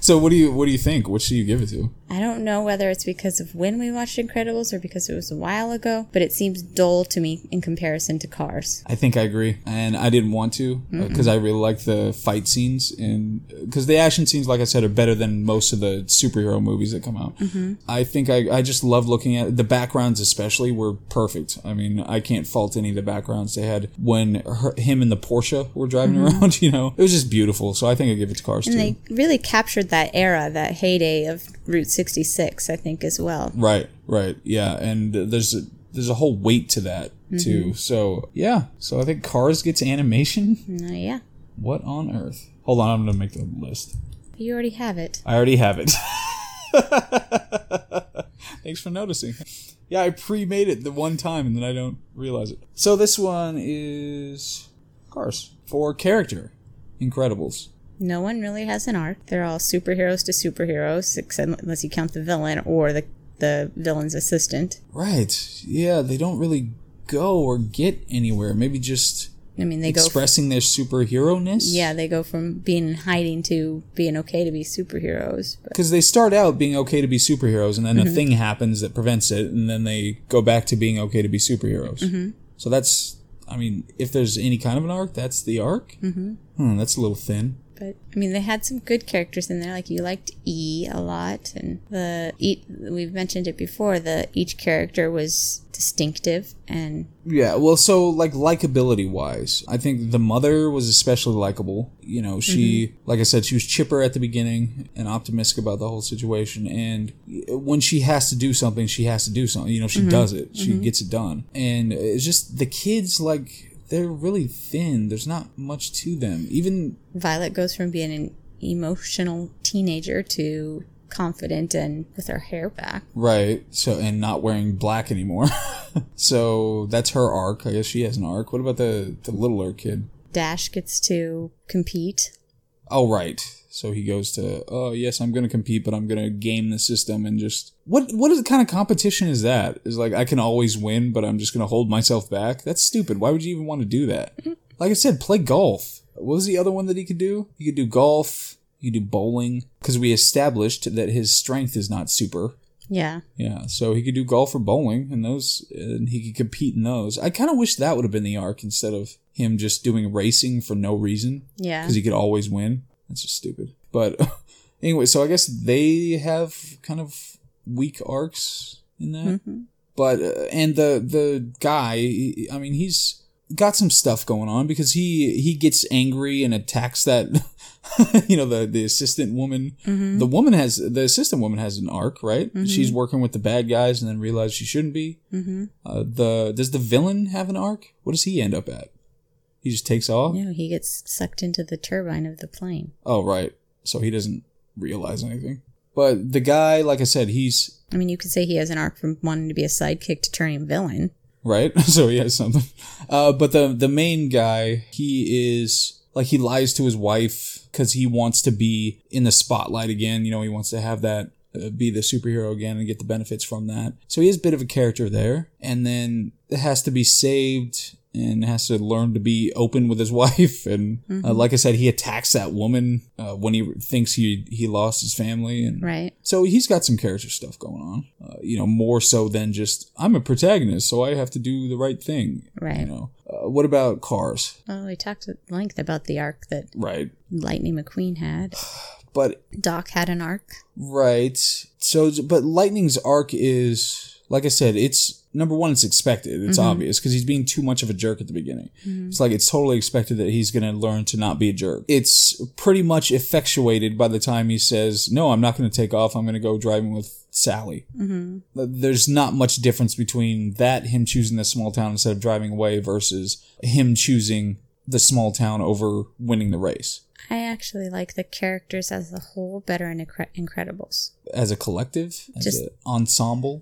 [SPEAKER 1] so, what do you what do you think? Which do you give it to?
[SPEAKER 2] I don't know whether it's because of when we watched Incredibles or because it was a while ago, but it seems dull to me in comparison to Cars.
[SPEAKER 1] I think I agree, and I didn't want to because I really like the fight scenes, and because the action scenes, like I said, are better than most of the superhero movies that come out.
[SPEAKER 2] Mm-hmm.
[SPEAKER 1] I think I, I just love looking at the backgrounds, especially were perfect. I mean, I can't fault any of the backgrounds they had when her, him and the Porsche were driving around. [laughs] You know, it was just beautiful. So I think I give it to Cars too.
[SPEAKER 2] Mm-hmm. And they really captured that era, that heyday of Route 66, I think, as well.
[SPEAKER 1] Right, right, yeah, and uh, there's a, there's a whole weight to that
[SPEAKER 2] Mm-hmm.
[SPEAKER 1] too. So yeah, so I think Cars gets animation.
[SPEAKER 2] Uh, yeah,
[SPEAKER 1] What on earth? Hold on, I'm gonna make the list.
[SPEAKER 2] you already have it.
[SPEAKER 1] I already have it. [laughs] Thanks for noticing. Yeah, I pre-made it the one time and then I don't realize it. So this one is Cars for character, Incredibles.
[SPEAKER 2] No one really has an arc. They're all superheroes to superheroes, except unless you count the villain or the the villain's assistant.
[SPEAKER 1] Right. Yeah, they don't really go or get anywhere. Maybe just
[SPEAKER 2] I mean, they go. From,
[SPEAKER 1] expressing their superhero ness.
[SPEAKER 2] yeah, they go from being in hiding to being okay to be superheroes. But
[SPEAKER 1] Because they start out being okay to be superheroes, and then a thing happens that prevents it, and then they go back to being okay to be superheroes. So that's, I mean, if there's any kind of an arc, that's the arc. Mm-hmm. Hmm, that's a little thin.
[SPEAKER 2] but I mean, they had some good characters in there. Like you liked E a lot, and the e, we've mentioned it before. The each character was distinctive, and
[SPEAKER 1] Yeah, well, so like likability wise, I think the mother was especially likable. You know, she, like I said, she was chipper at the beginning and optimistic about the whole situation. And when she has to do something, she has to do something. You know, she does it, she gets it done. And it's just the kids, like, they're really thin. There's not much to them. Even,
[SPEAKER 2] Violet goes from being an emotional teenager to confident and with her hair back.
[SPEAKER 1] right, so, and not wearing black anymore. [laughs] so that's her arc. I guess she has an arc. What about the, the littler kid?
[SPEAKER 2] Dash gets to compete.
[SPEAKER 1] oh right so he goes to oh yes i'm gonna compete but i'm gonna game the system and just what what is kind of competition is that is like i can always win but i'm just gonna hold myself back that's stupid why would you even want to do that like i said play golf what was the other one that he could do he could do golf you do bowling because we established that his strength is not super
[SPEAKER 2] Yeah.
[SPEAKER 1] yeah so he could do golf or bowling and those and he could compete in those i kind of wish that would have been the arc instead of him just doing racing for no reason
[SPEAKER 2] Yeah.
[SPEAKER 1] because he could always win. That's just stupid. But [laughs] anyway, so I guess they have kind of weak arcs in that.
[SPEAKER 2] Hmm. Mm-hmm,
[SPEAKER 1] But uh, and the the guy, he- I mean, he's got some stuff going on because he he gets angry and attacks that [laughs] you know the the assistant woman.
[SPEAKER 2] mm-hmm, Hmm.
[SPEAKER 1] The woman has the assistant woman has an arc, right? She's working with the bad guys and then realizes she shouldn't be. Mm-hmm. Uh, the does the villain have an arc? What does he end up at? He just takes off.
[SPEAKER 2] No, he gets sucked into the turbine of the plane.
[SPEAKER 1] Oh, right. So he doesn't realize anything. But the guy, like I said, he's
[SPEAKER 2] I mean, you could say he has an arc from wanting to be a sidekick to turning villain.
[SPEAKER 1] right. [laughs] so he has something. Uh, but the the main guy, he is like he lies to his wife because he wants to be in the spotlight again. You know, he wants to have that uh, be the superhero again and get the benefits from that. So he is a bit of a character there, and then it has to be saved. And has to learn to be open with his [laughs] wife, and uh, like I said, he attacks that woman uh, when he thinks he he lost his family, and
[SPEAKER 2] Right.
[SPEAKER 1] So he's got some character stuff going on, uh, you know, more so than just I'm a protagonist, so I have to do the right thing. You
[SPEAKER 2] Right.
[SPEAKER 1] know, uh, what about cars?
[SPEAKER 2] Oh, we talked at length about the arc that
[SPEAKER 1] Right,
[SPEAKER 2] Lightning McQueen had.
[SPEAKER 1] but
[SPEAKER 2] Doc had an arc.
[SPEAKER 1] right. So, but Lightning's arc is, like I said, it's number one. It's expected. It's obvious because he's being too much of a jerk at the beginning. It's like it's totally expected that he's going to learn to not be a jerk. It's pretty much effectuated by the time he says, "No, I'm not going to take off. I'm going to go driving with Sally."
[SPEAKER 2] Mm-hmm.
[SPEAKER 1] th- there's not much difference between that him choosing the small town instead of driving away versus him choosing the small town over winning the race
[SPEAKER 2] I actually like the characters as a whole better in Incre- Incredibles.
[SPEAKER 1] as a collective as
[SPEAKER 2] Just-
[SPEAKER 1] an ensemble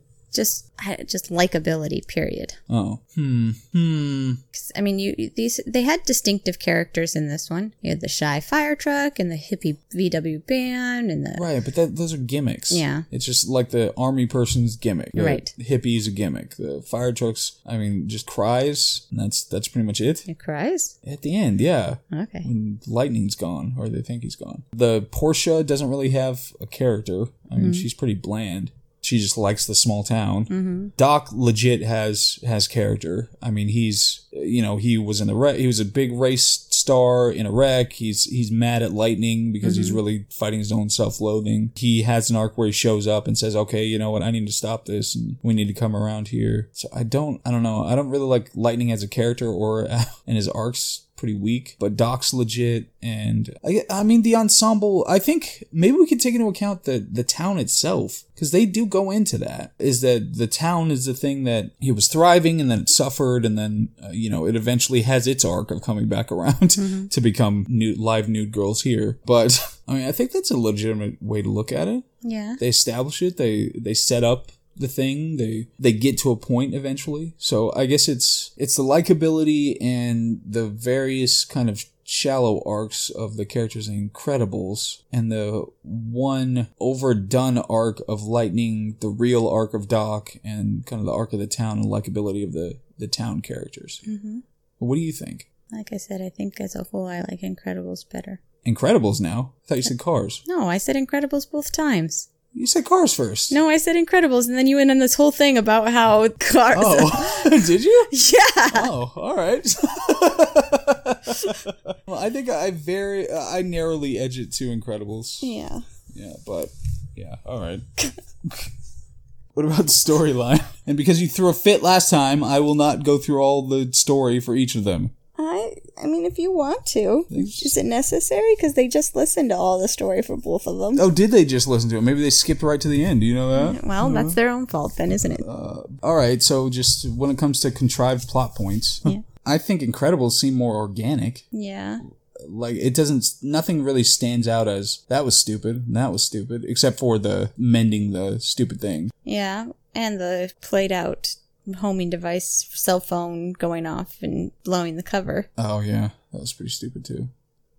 [SPEAKER 2] Just, I- just likability. Period.
[SPEAKER 1] oh hmm hmm
[SPEAKER 2] 'Cause, I mean, you these they had distinctive characters in this one. You had the shy fire truck and the hippie VW band and the
[SPEAKER 1] right but that, those are gimmicks
[SPEAKER 2] Yeah.
[SPEAKER 1] it's just like the army person's gimmick The
[SPEAKER 2] Right.
[SPEAKER 1] hippie's a gimmick the fire trucks i mean just cries and that's that's pretty much it
[SPEAKER 2] It cries.
[SPEAKER 1] at the end yeah
[SPEAKER 2] Okay.
[SPEAKER 1] when Lightning's gone, or they think he's gone. The Portia doesn't really have a character. I mean, she's pretty bland. She just likes the small town.
[SPEAKER 2] Mm-hmm.
[SPEAKER 1] Doc legit has has character. I mean, he's you know he was in the wreck. He was a big race star in a wreck. He's he's mad at Lightning because he's really fighting his own self loathing. He has an arc where he shows up and says, "Okay, you know what? I need to stop this, and we need to come around here." So I don't I don't know. I don't really like Lightning as a character or [laughs] and his arcs pretty weak, but Doc's legit. And I, I mean, the ensemble, I think maybe we could take into account the, the town itself, because they do go into that. Is that the town is the thing that he was thriving and then it suffered, and then, uh, you know, it eventually has its arc of coming back [laughs] around to become nude, live nude girls here. But [laughs] I mean, I think that's a legitimate way to look at it.
[SPEAKER 2] Yeah.
[SPEAKER 1] They establish it, they, they set up the thing they they get to a point eventually so i guess it's it's the likability and the various kind of shallow arcs of the characters in incredibles and the one overdone arc of lightning the real arc of doc and kind of the arc of the town and likability of the the town characters mm-hmm. what do you think
[SPEAKER 2] Like I said, I think as a whole, I like Incredibles better.
[SPEAKER 1] Incredibles now. I thought you said Cars.
[SPEAKER 2] No, I said Incredibles both times.
[SPEAKER 1] You said Cars first.
[SPEAKER 2] No, I said Incredibles, and then you went on this whole thing about how [laughs] cars.
[SPEAKER 1] Oh, [laughs] did you?
[SPEAKER 2] [laughs] yeah.
[SPEAKER 1] Oh, all right. [laughs] well, I think I very I narrowly edge it to Incredibles.
[SPEAKER 2] Yeah.
[SPEAKER 1] Yeah, but yeah, all right. [laughs] what about the storyline? And because you threw a fit last time, I will not go through all the story for each of them.
[SPEAKER 4] I I mean, if you want to,
[SPEAKER 1] Thanks.
[SPEAKER 4] is it necessary? Because they just listened to all the story for both of them.
[SPEAKER 1] Oh, did they just listen to it? Maybe they skipped right to the end. Do you know that? Uh,
[SPEAKER 2] Well, that's their own fault then, isn't it?
[SPEAKER 1] All right. So, just when it comes to contrived plot points, [laughs] I think Incredibles seem more organic.
[SPEAKER 2] yeah.
[SPEAKER 1] Like it doesn't. Nothing really stands out as that was stupid. And that was stupid, except for the mending the stupid thing.
[SPEAKER 2] Yeah. And the played out homing device cell phone going off and blowing the cover.
[SPEAKER 1] Oh yeah, that was pretty stupid too.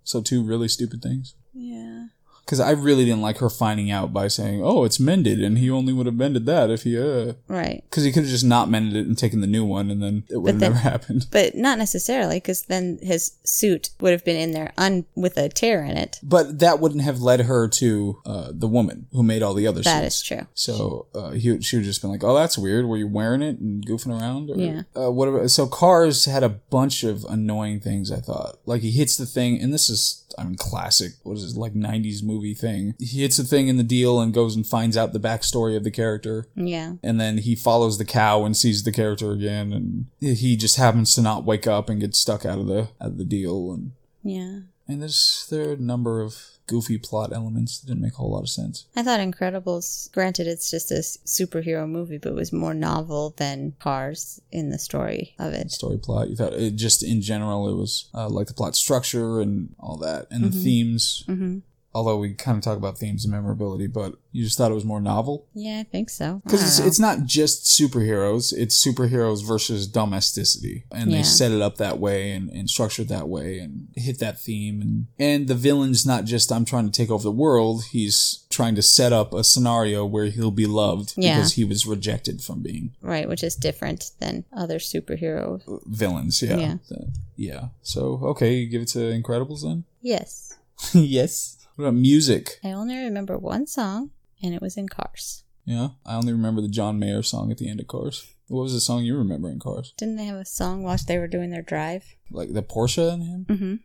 [SPEAKER 1] So two really stupid things.
[SPEAKER 2] Yeah.
[SPEAKER 1] Because I really didn't like her finding out by saying, "Oh, it's mended," and he only would have mended that if he. uh
[SPEAKER 2] Right.
[SPEAKER 1] Because he could have just not mended it and taken the new one, and then it would have
[SPEAKER 2] then-
[SPEAKER 1] never [laughs] happened.
[SPEAKER 2] But not necessarily, because then his suit would have been in there un- with a tear in it.
[SPEAKER 1] But that wouldn't have led her to uh, the woman who made all the other.
[SPEAKER 2] That
[SPEAKER 1] suits.
[SPEAKER 2] is true.
[SPEAKER 1] So uh, he, she would just been like, "Oh, that's weird. Were you wearing it and goofing around?" Or,
[SPEAKER 2] Yeah.
[SPEAKER 1] Uh, what about, so cars had a bunch of annoying things. I thought like he hits the thing, and this is I mean classic. What is this like '90s movie thing? He hits the thing in the deal and goes and finds out the backstory of the character.
[SPEAKER 2] Yeah.
[SPEAKER 1] And then he follows the cow and sees the character again, and he just happens to not wake up and get stuck out of the out of the deal. And
[SPEAKER 2] Yeah.
[SPEAKER 1] and there's there are a number of goofy plot elements that didn't make a whole lot of sense.
[SPEAKER 2] I thought Incredibles, granted, it's just a s- superhero movie, but was more novel than Cars in the story of it.
[SPEAKER 1] story plot. You thought it just in general it was uh, like the plot structure and all that and the themes.
[SPEAKER 2] hmm
[SPEAKER 1] Although we kind of talk about themes and memorability, but you just thought it was more novel
[SPEAKER 2] Yeah, I think so. I
[SPEAKER 1] because
[SPEAKER 2] don't
[SPEAKER 1] it's,
[SPEAKER 2] know.
[SPEAKER 1] it's not just superheroes; it's superheroes versus domesticity, and
[SPEAKER 2] Yeah.
[SPEAKER 1] they set it up that way and, and structured that way and hit that theme. And and the villain's not just I'm trying to take over the world; he's trying to set up a scenario where he'll be loved
[SPEAKER 2] Yeah.
[SPEAKER 1] because he was rejected from being
[SPEAKER 2] right, which is different than other superhero.
[SPEAKER 1] villains. Yeah,
[SPEAKER 2] Yeah.
[SPEAKER 1] The- yeah. So okay, you give it to Incredibles then. [laughs]
[SPEAKER 2] Yes,
[SPEAKER 1] yes. What about music?
[SPEAKER 2] I only remember one song, and it was in Cars.
[SPEAKER 1] Yeah, I only remember the John Mayer song at the end of Cars. What was the song you remember in Cars?
[SPEAKER 2] Didn't they have a song whilst they were doing their drive?
[SPEAKER 1] Like the Porsche in him?
[SPEAKER 2] Mm-hmm.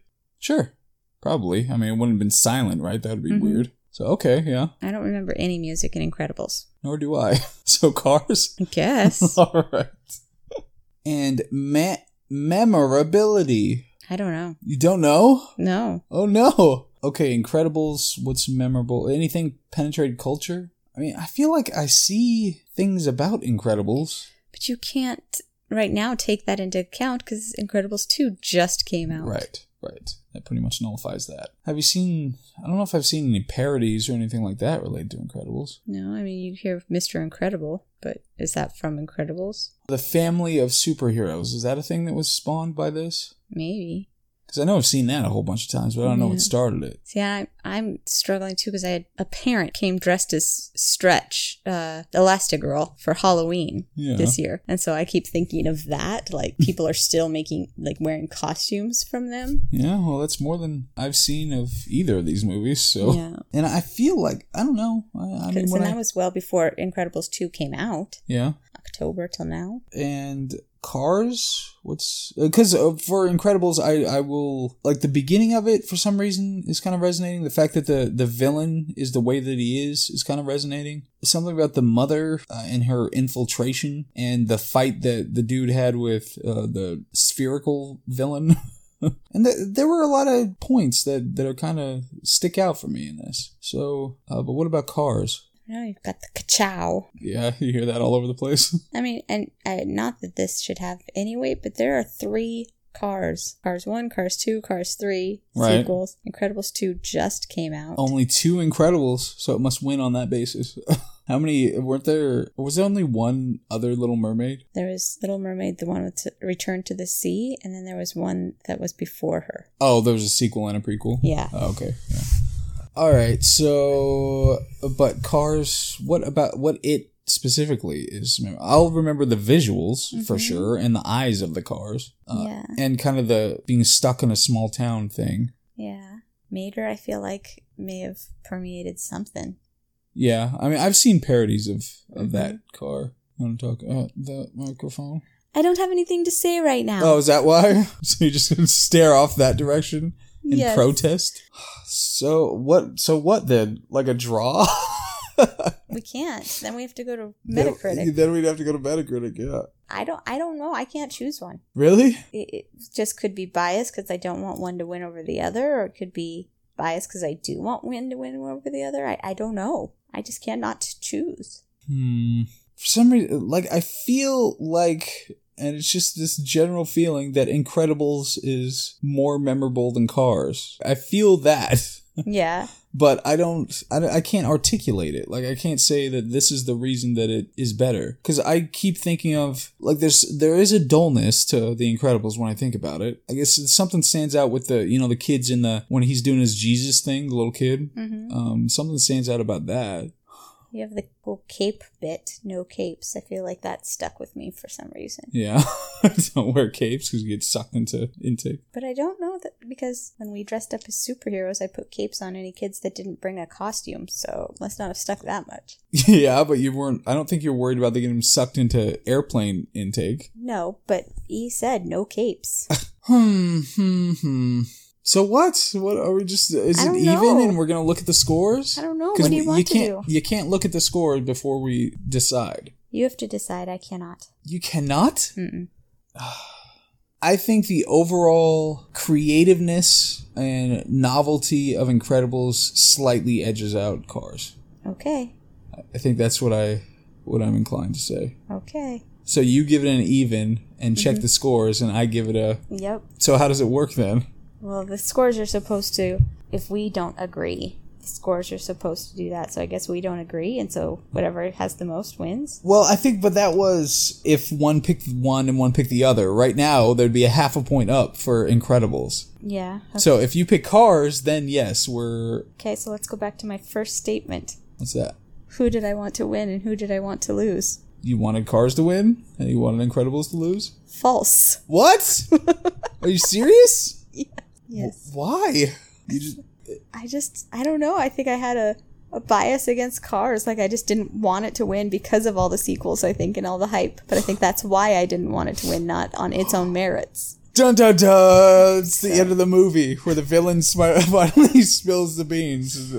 [SPEAKER 1] Sure, probably. I mean, it wouldn't have been silent, right? That would be
[SPEAKER 2] Mhm.
[SPEAKER 1] weird. So okay, yeah.
[SPEAKER 2] I don't remember any music in Incredibles.
[SPEAKER 1] Nor do I. [laughs] So Cars. [laughs]
[SPEAKER 2] I guess
[SPEAKER 1] All right. And me- memorability.
[SPEAKER 2] I don't know.
[SPEAKER 1] You don't know?
[SPEAKER 2] No,
[SPEAKER 1] Oh no. Okay, Incredibles, what's memorable? Anything penetrated culture? I mean, I feel like I see things about Incredibles.
[SPEAKER 2] but you can't right now take that into account because Incredibles two just came out.
[SPEAKER 1] Right, right. That pretty much nullifies that. Have you seen? I don't know if I've seen any parodies or anything like that related to Incredibles.
[SPEAKER 2] No, I mean you hear Mr. Incredible, but is that from Incredibles?
[SPEAKER 1] The family of superheroes is that a thing that was spawned by this?
[SPEAKER 2] Maybe.
[SPEAKER 1] Because I know I've seen that a whole bunch of times, but I don't know what
[SPEAKER 2] Yeah.
[SPEAKER 1] started it.
[SPEAKER 2] See, I'm I'm struggling too because I had a parent came dressed as Stretch, uh, Elastigirl for Halloween
[SPEAKER 1] Yeah.
[SPEAKER 2] this year, and so I keep thinking of that. Like
[SPEAKER 1] [laughs]
[SPEAKER 2] people are still making like wearing costumes from them.
[SPEAKER 1] Yeah, well, that's more than I've seen of either of these movies. So,
[SPEAKER 2] Yeah.
[SPEAKER 1] and I feel like I don't know. I, I mean,
[SPEAKER 2] Because
[SPEAKER 1] when
[SPEAKER 2] and that
[SPEAKER 1] I-
[SPEAKER 2] was well before Incredibles two came out,
[SPEAKER 1] yeah,
[SPEAKER 2] October till now.
[SPEAKER 1] and cars what's because uh, for incredibles i i will like the beginning of it for some reason is kind of resonating the fact that the the villain is the way that he is is kind of resonating something about the mother uh, and her infiltration and the fight that the dude had with uh, the spherical villain [laughs] and th- there were a lot of points that that are kind of stick out for me in this so uh, but what about cars
[SPEAKER 2] Now you've got the Kachow.
[SPEAKER 1] yeah [laughs] you hear that all over the place
[SPEAKER 2] I mean, and uh, not that this should have any weight, but there are three cars Cars 1, Cars 2, Cars 3,
[SPEAKER 1] Right.
[SPEAKER 2] sequels. Incredibles 2 just came out.
[SPEAKER 1] Only two Incredibles, so it must win on that basis. [laughs] How many weren't there? Was there only one other Little Mermaid?
[SPEAKER 2] There was Little Mermaid, the one with Return to the Sea, and then there was one that was before her.
[SPEAKER 1] Oh, there was a sequel and a prequel.
[SPEAKER 2] Yeah.
[SPEAKER 1] Oh, okay. Yeah. All right. So, but Cars. What about what it specifically is I'll remember the visuals for sure and the eyes of the cars. Uh,
[SPEAKER 2] Mm-hmm. Yeah.
[SPEAKER 1] And kind of the being stuck in a small town thing.
[SPEAKER 2] Yeah. Mater, I feel like may have permeated something.
[SPEAKER 1] Yeah, I mean I've seen parodies of
[SPEAKER 2] Mm-hmm.
[SPEAKER 1] of that car. Want to talk at the microphone?
[SPEAKER 2] I don't have anything to say right now.
[SPEAKER 1] Oh, is that why? [laughs] so you're just gonna stare off that direction in
[SPEAKER 2] Yes.
[SPEAKER 1] protest? So what? So what then? Like a draw? [laughs]
[SPEAKER 2] We can't. Then we have to go to
[SPEAKER 1] Then-
[SPEAKER 2] Metacritic.
[SPEAKER 1] Then we'd have to go to Metacritic. Yeah.
[SPEAKER 2] I don't. I don't know. I can't choose one.
[SPEAKER 1] Really?
[SPEAKER 2] It, it just could be biased because I don't want one to win over the other, or it could be biased because I do want one to win over the other. I, I don't know. I just cannot choose.
[SPEAKER 1] Hmm. For some reason, like I feel like, and it's just this general feeling that Incredibles is more memorable than Cars. I feel that. [laughs]
[SPEAKER 2] yeah.
[SPEAKER 1] but I don't, I, don't- I can't articulate it. Like I can't say that this is the reason that it is better because I keep thinking of like there's there is a dullness to The Incredibles when I think about it. I guess something stands out with the you know the kids in the when he's doing his Jesus thing, the little kid.
[SPEAKER 2] hmm
[SPEAKER 1] Um, something stands out about that.
[SPEAKER 2] You have the whole cape bit. No capes. I feel like that stuck with me for some reason.
[SPEAKER 1] Yeah, [laughs] don't wear capes because you get sucked into intake. [laughs]
[SPEAKER 2] But I don't know that because when we dressed up as superheroes, I put capes on any kids that didn't bring a costume, so it must not have stuck that much.
[SPEAKER 1] yeah, but you weren't. I don't think you're worried about getting sucked into airplane intake.
[SPEAKER 2] No, but he said no capes.
[SPEAKER 1] Hmm, hmm, hmm. So what? What are we just? Is
[SPEAKER 2] I
[SPEAKER 1] it
[SPEAKER 2] don't
[SPEAKER 1] even?
[SPEAKER 2] know.
[SPEAKER 1] And we're gonna look at the scores.
[SPEAKER 2] I don't know. What do you want to
[SPEAKER 1] can't,
[SPEAKER 2] do?
[SPEAKER 1] You can't look at the scores before we decide.
[SPEAKER 2] You have to decide. I cannot.
[SPEAKER 1] You cannot.
[SPEAKER 2] Mm-mm.
[SPEAKER 1] I think the overall creativeness and novelty of Incredibles slightly edges out Cars.
[SPEAKER 2] Okay.
[SPEAKER 1] I think that's what I what I'm inclined to say.
[SPEAKER 2] Okay.
[SPEAKER 1] So you give it an even and check
[SPEAKER 2] Mm-hmm.
[SPEAKER 1] the scores, and I give it a.
[SPEAKER 2] Yep.
[SPEAKER 1] So how does it work then?
[SPEAKER 2] Well, the scores are supposed to, if we don't agree, the scores are supposed to do that. So I guess we don't agree, and so whatever has the most wins.
[SPEAKER 1] Well, I think, but that was if one picked one and one picked the other. Right now, there'd be a half a point up for Incredibles.
[SPEAKER 2] Yeah.
[SPEAKER 1] So if you pick cars, then yes, we're.
[SPEAKER 2] Okay, so let's go back to my first statement.
[SPEAKER 1] What's that?
[SPEAKER 2] Who did I want to win and who did I want to lose?
[SPEAKER 1] You wanted cars to win and you wanted Incredibles to lose?
[SPEAKER 2] False.
[SPEAKER 1] What? Are you serious?
[SPEAKER 2] Yes.
[SPEAKER 1] Why? You just.
[SPEAKER 2] I just, I don't know. I think I had a, a bias against cars. Like, I just didn't want it to win because of all the sequels, I think, and all the hype. But I think that's why I didn't want it to win, not on its own merits.
[SPEAKER 1] Dun dun dun! It's the end of the movie where the villain smi- [laughs] finally spills the beans.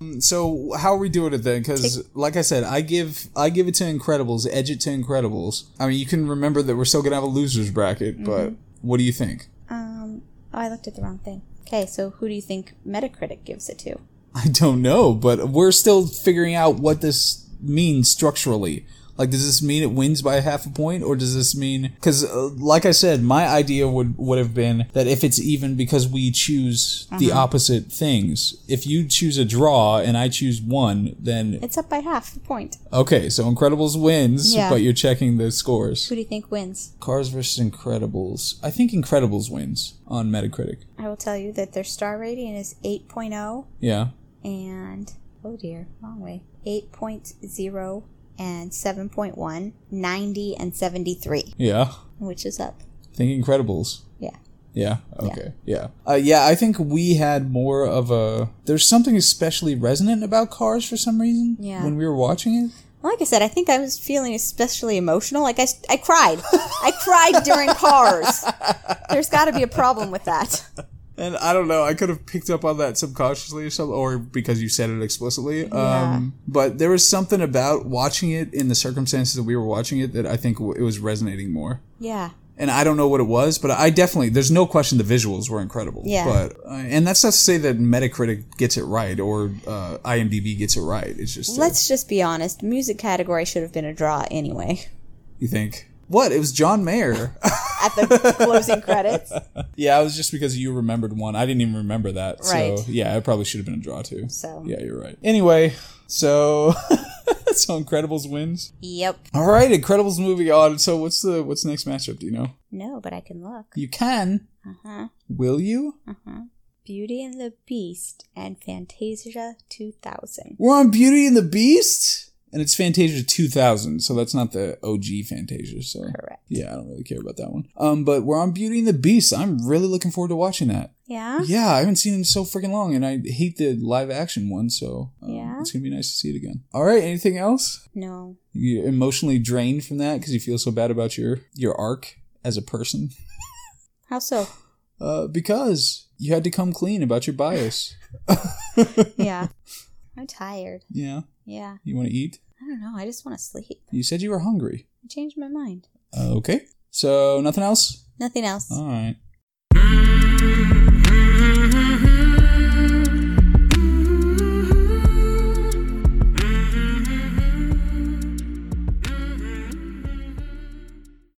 [SPEAKER 1] Um, [laughs] so how are we doing it then? Because like I said, I give I give it to Incredibles, edge it to Incredibles. I mean, you can remember that we're still gonna have a losers bracket, but what do you think?
[SPEAKER 2] Um, oh, I looked at the wrong thing. Okay, so who do you think Metacritic gives it to?
[SPEAKER 1] I don't know, but we're still figuring out what this means structurally. Like, does this mean it wins by half a point, or does this mean? Because, uh, like I said, my idea would would have been that if it's even because we choose the opposite things. If you choose a draw and I choose one, then
[SPEAKER 2] It's up by half a point.
[SPEAKER 1] okay, so Incredibles wins,
[SPEAKER 2] Yeah.
[SPEAKER 1] but you're checking the scores.
[SPEAKER 2] Who do you think wins?
[SPEAKER 1] Cars versus Incredibles. I think Incredibles wins on Metacritic.
[SPEAKER 2] I will tell you that their star rating is 8.0
[SPEAKER 1] Yeah.
[SPEAKER 2] and, oh dear, wrong way. 8.0 and 7.1, 90 and 73,
[SPEAKER 1] Yeah.
[SPEAKER 2] which is up.
[SPEAKER 1] I think Incredibles.
[SPEAKER 2] Yeah.
[SPEAKER 1] Yeah. Okay. Yeah. Yeah. Uh, yeah. I think we had more of a. There's something especially resonant about Cars for some reason.
[SPEAKER 2] Yeah.
[SPEAKER 1] When we were watching it.
[SPEAKER 2] Like I said, I think I was feeling especially emotional. Like I, I cried. I cried during cars. There's got to be a problem with that.
[SPEAKER 1] And I don't know. I could have picked up on that subconsciously or something, or because you said it explicitly. Um, but there was something about watching it in the circumstances that we were watching it that I think w- it was resonating more.
[SPEAKER 2] Yeah.
[SPEAKER 1] and I don't know what it was, but I definitely there's no question the visuals were incredible.
[SPEAKER 2] Yeah.
[SPEAKER 1] But uh, and that's not to say that Metacritic gets it right or uh, IMDb gets it right. It's just uh,
[SPEAKER 2] Let's just be honest. Music category should have been a draw anyway. [laughs]
[SPEAKER 1] you think what it was John Mayer. [laughs]
[SPEAKER 2] At the closing credits.
[SPEAKER 1] yeah, it was just because you remembered one. I didn't even remember that.
[SPEAKER 2] Right.
[SPEAKER 1] So yeah, it probably should have been a draw too.
[SPEAKER 2] So.
[SPEAKER 1] yeah, you're right. Anyway, so [laughs] so Incredibles wins.
[SPEAKER 2] Yep.
[SPEAKER 1] All right, Incredibles moving on. So what's the what's the next matchup? Do you know?
[SPEAKER 2] No, but I can look.
[SPEAKER 1] You can.
[SPEAKER 2] Uh huh.
[SPEAKER 1] Will you?
[SPEAKER 2] Uh huh. Beauty and the Beast and Fantasia 2000.
[SPEAKER 1] We're on Beauty and the Beast, and it's Fantasia 2000, so that's not the OG Fantasia. So
[SPEAKER 2] Correct.
[SPEAKER 1] yeah, I don't really care about that one. Um, but we're on Beauty and the Beast. I'm really looking forward to watching that.
[SPEAKER 2] Yeah?
[SPEAKER 1] Yeah, I haven't seen it in so freaking long, and I hate the live action one, so um,
[SPEAKER 2] Yeah.
[SPEAKER 1] it's gonna be nice to see it again. All right, anything else?
[SPEAKER 2] No.
[SPEAKER 1] You emotionally drained from that because you feel so bad about your your arc as a person,
[SPEAKER 2] How so?
[SPEAKER 1] uh, because you had to come clean about your bias.
[SPEAKER 2] Yeah. I'm tired.
[SPEAKER 1] yeah,
[SPEAKER 2] Yeah.
[SPEAKER 1] you want to eat?
[SPEAKER 2] I don't know. I just want to sleep.
[SPEAKER 1] You said you were hungry.
[SPEAKER 2] I changed my mind.
[SPEAKER 1] Okay. So nothing else.
[SPEAKER 2] Nothing else.
[SPEAKER 1] All right.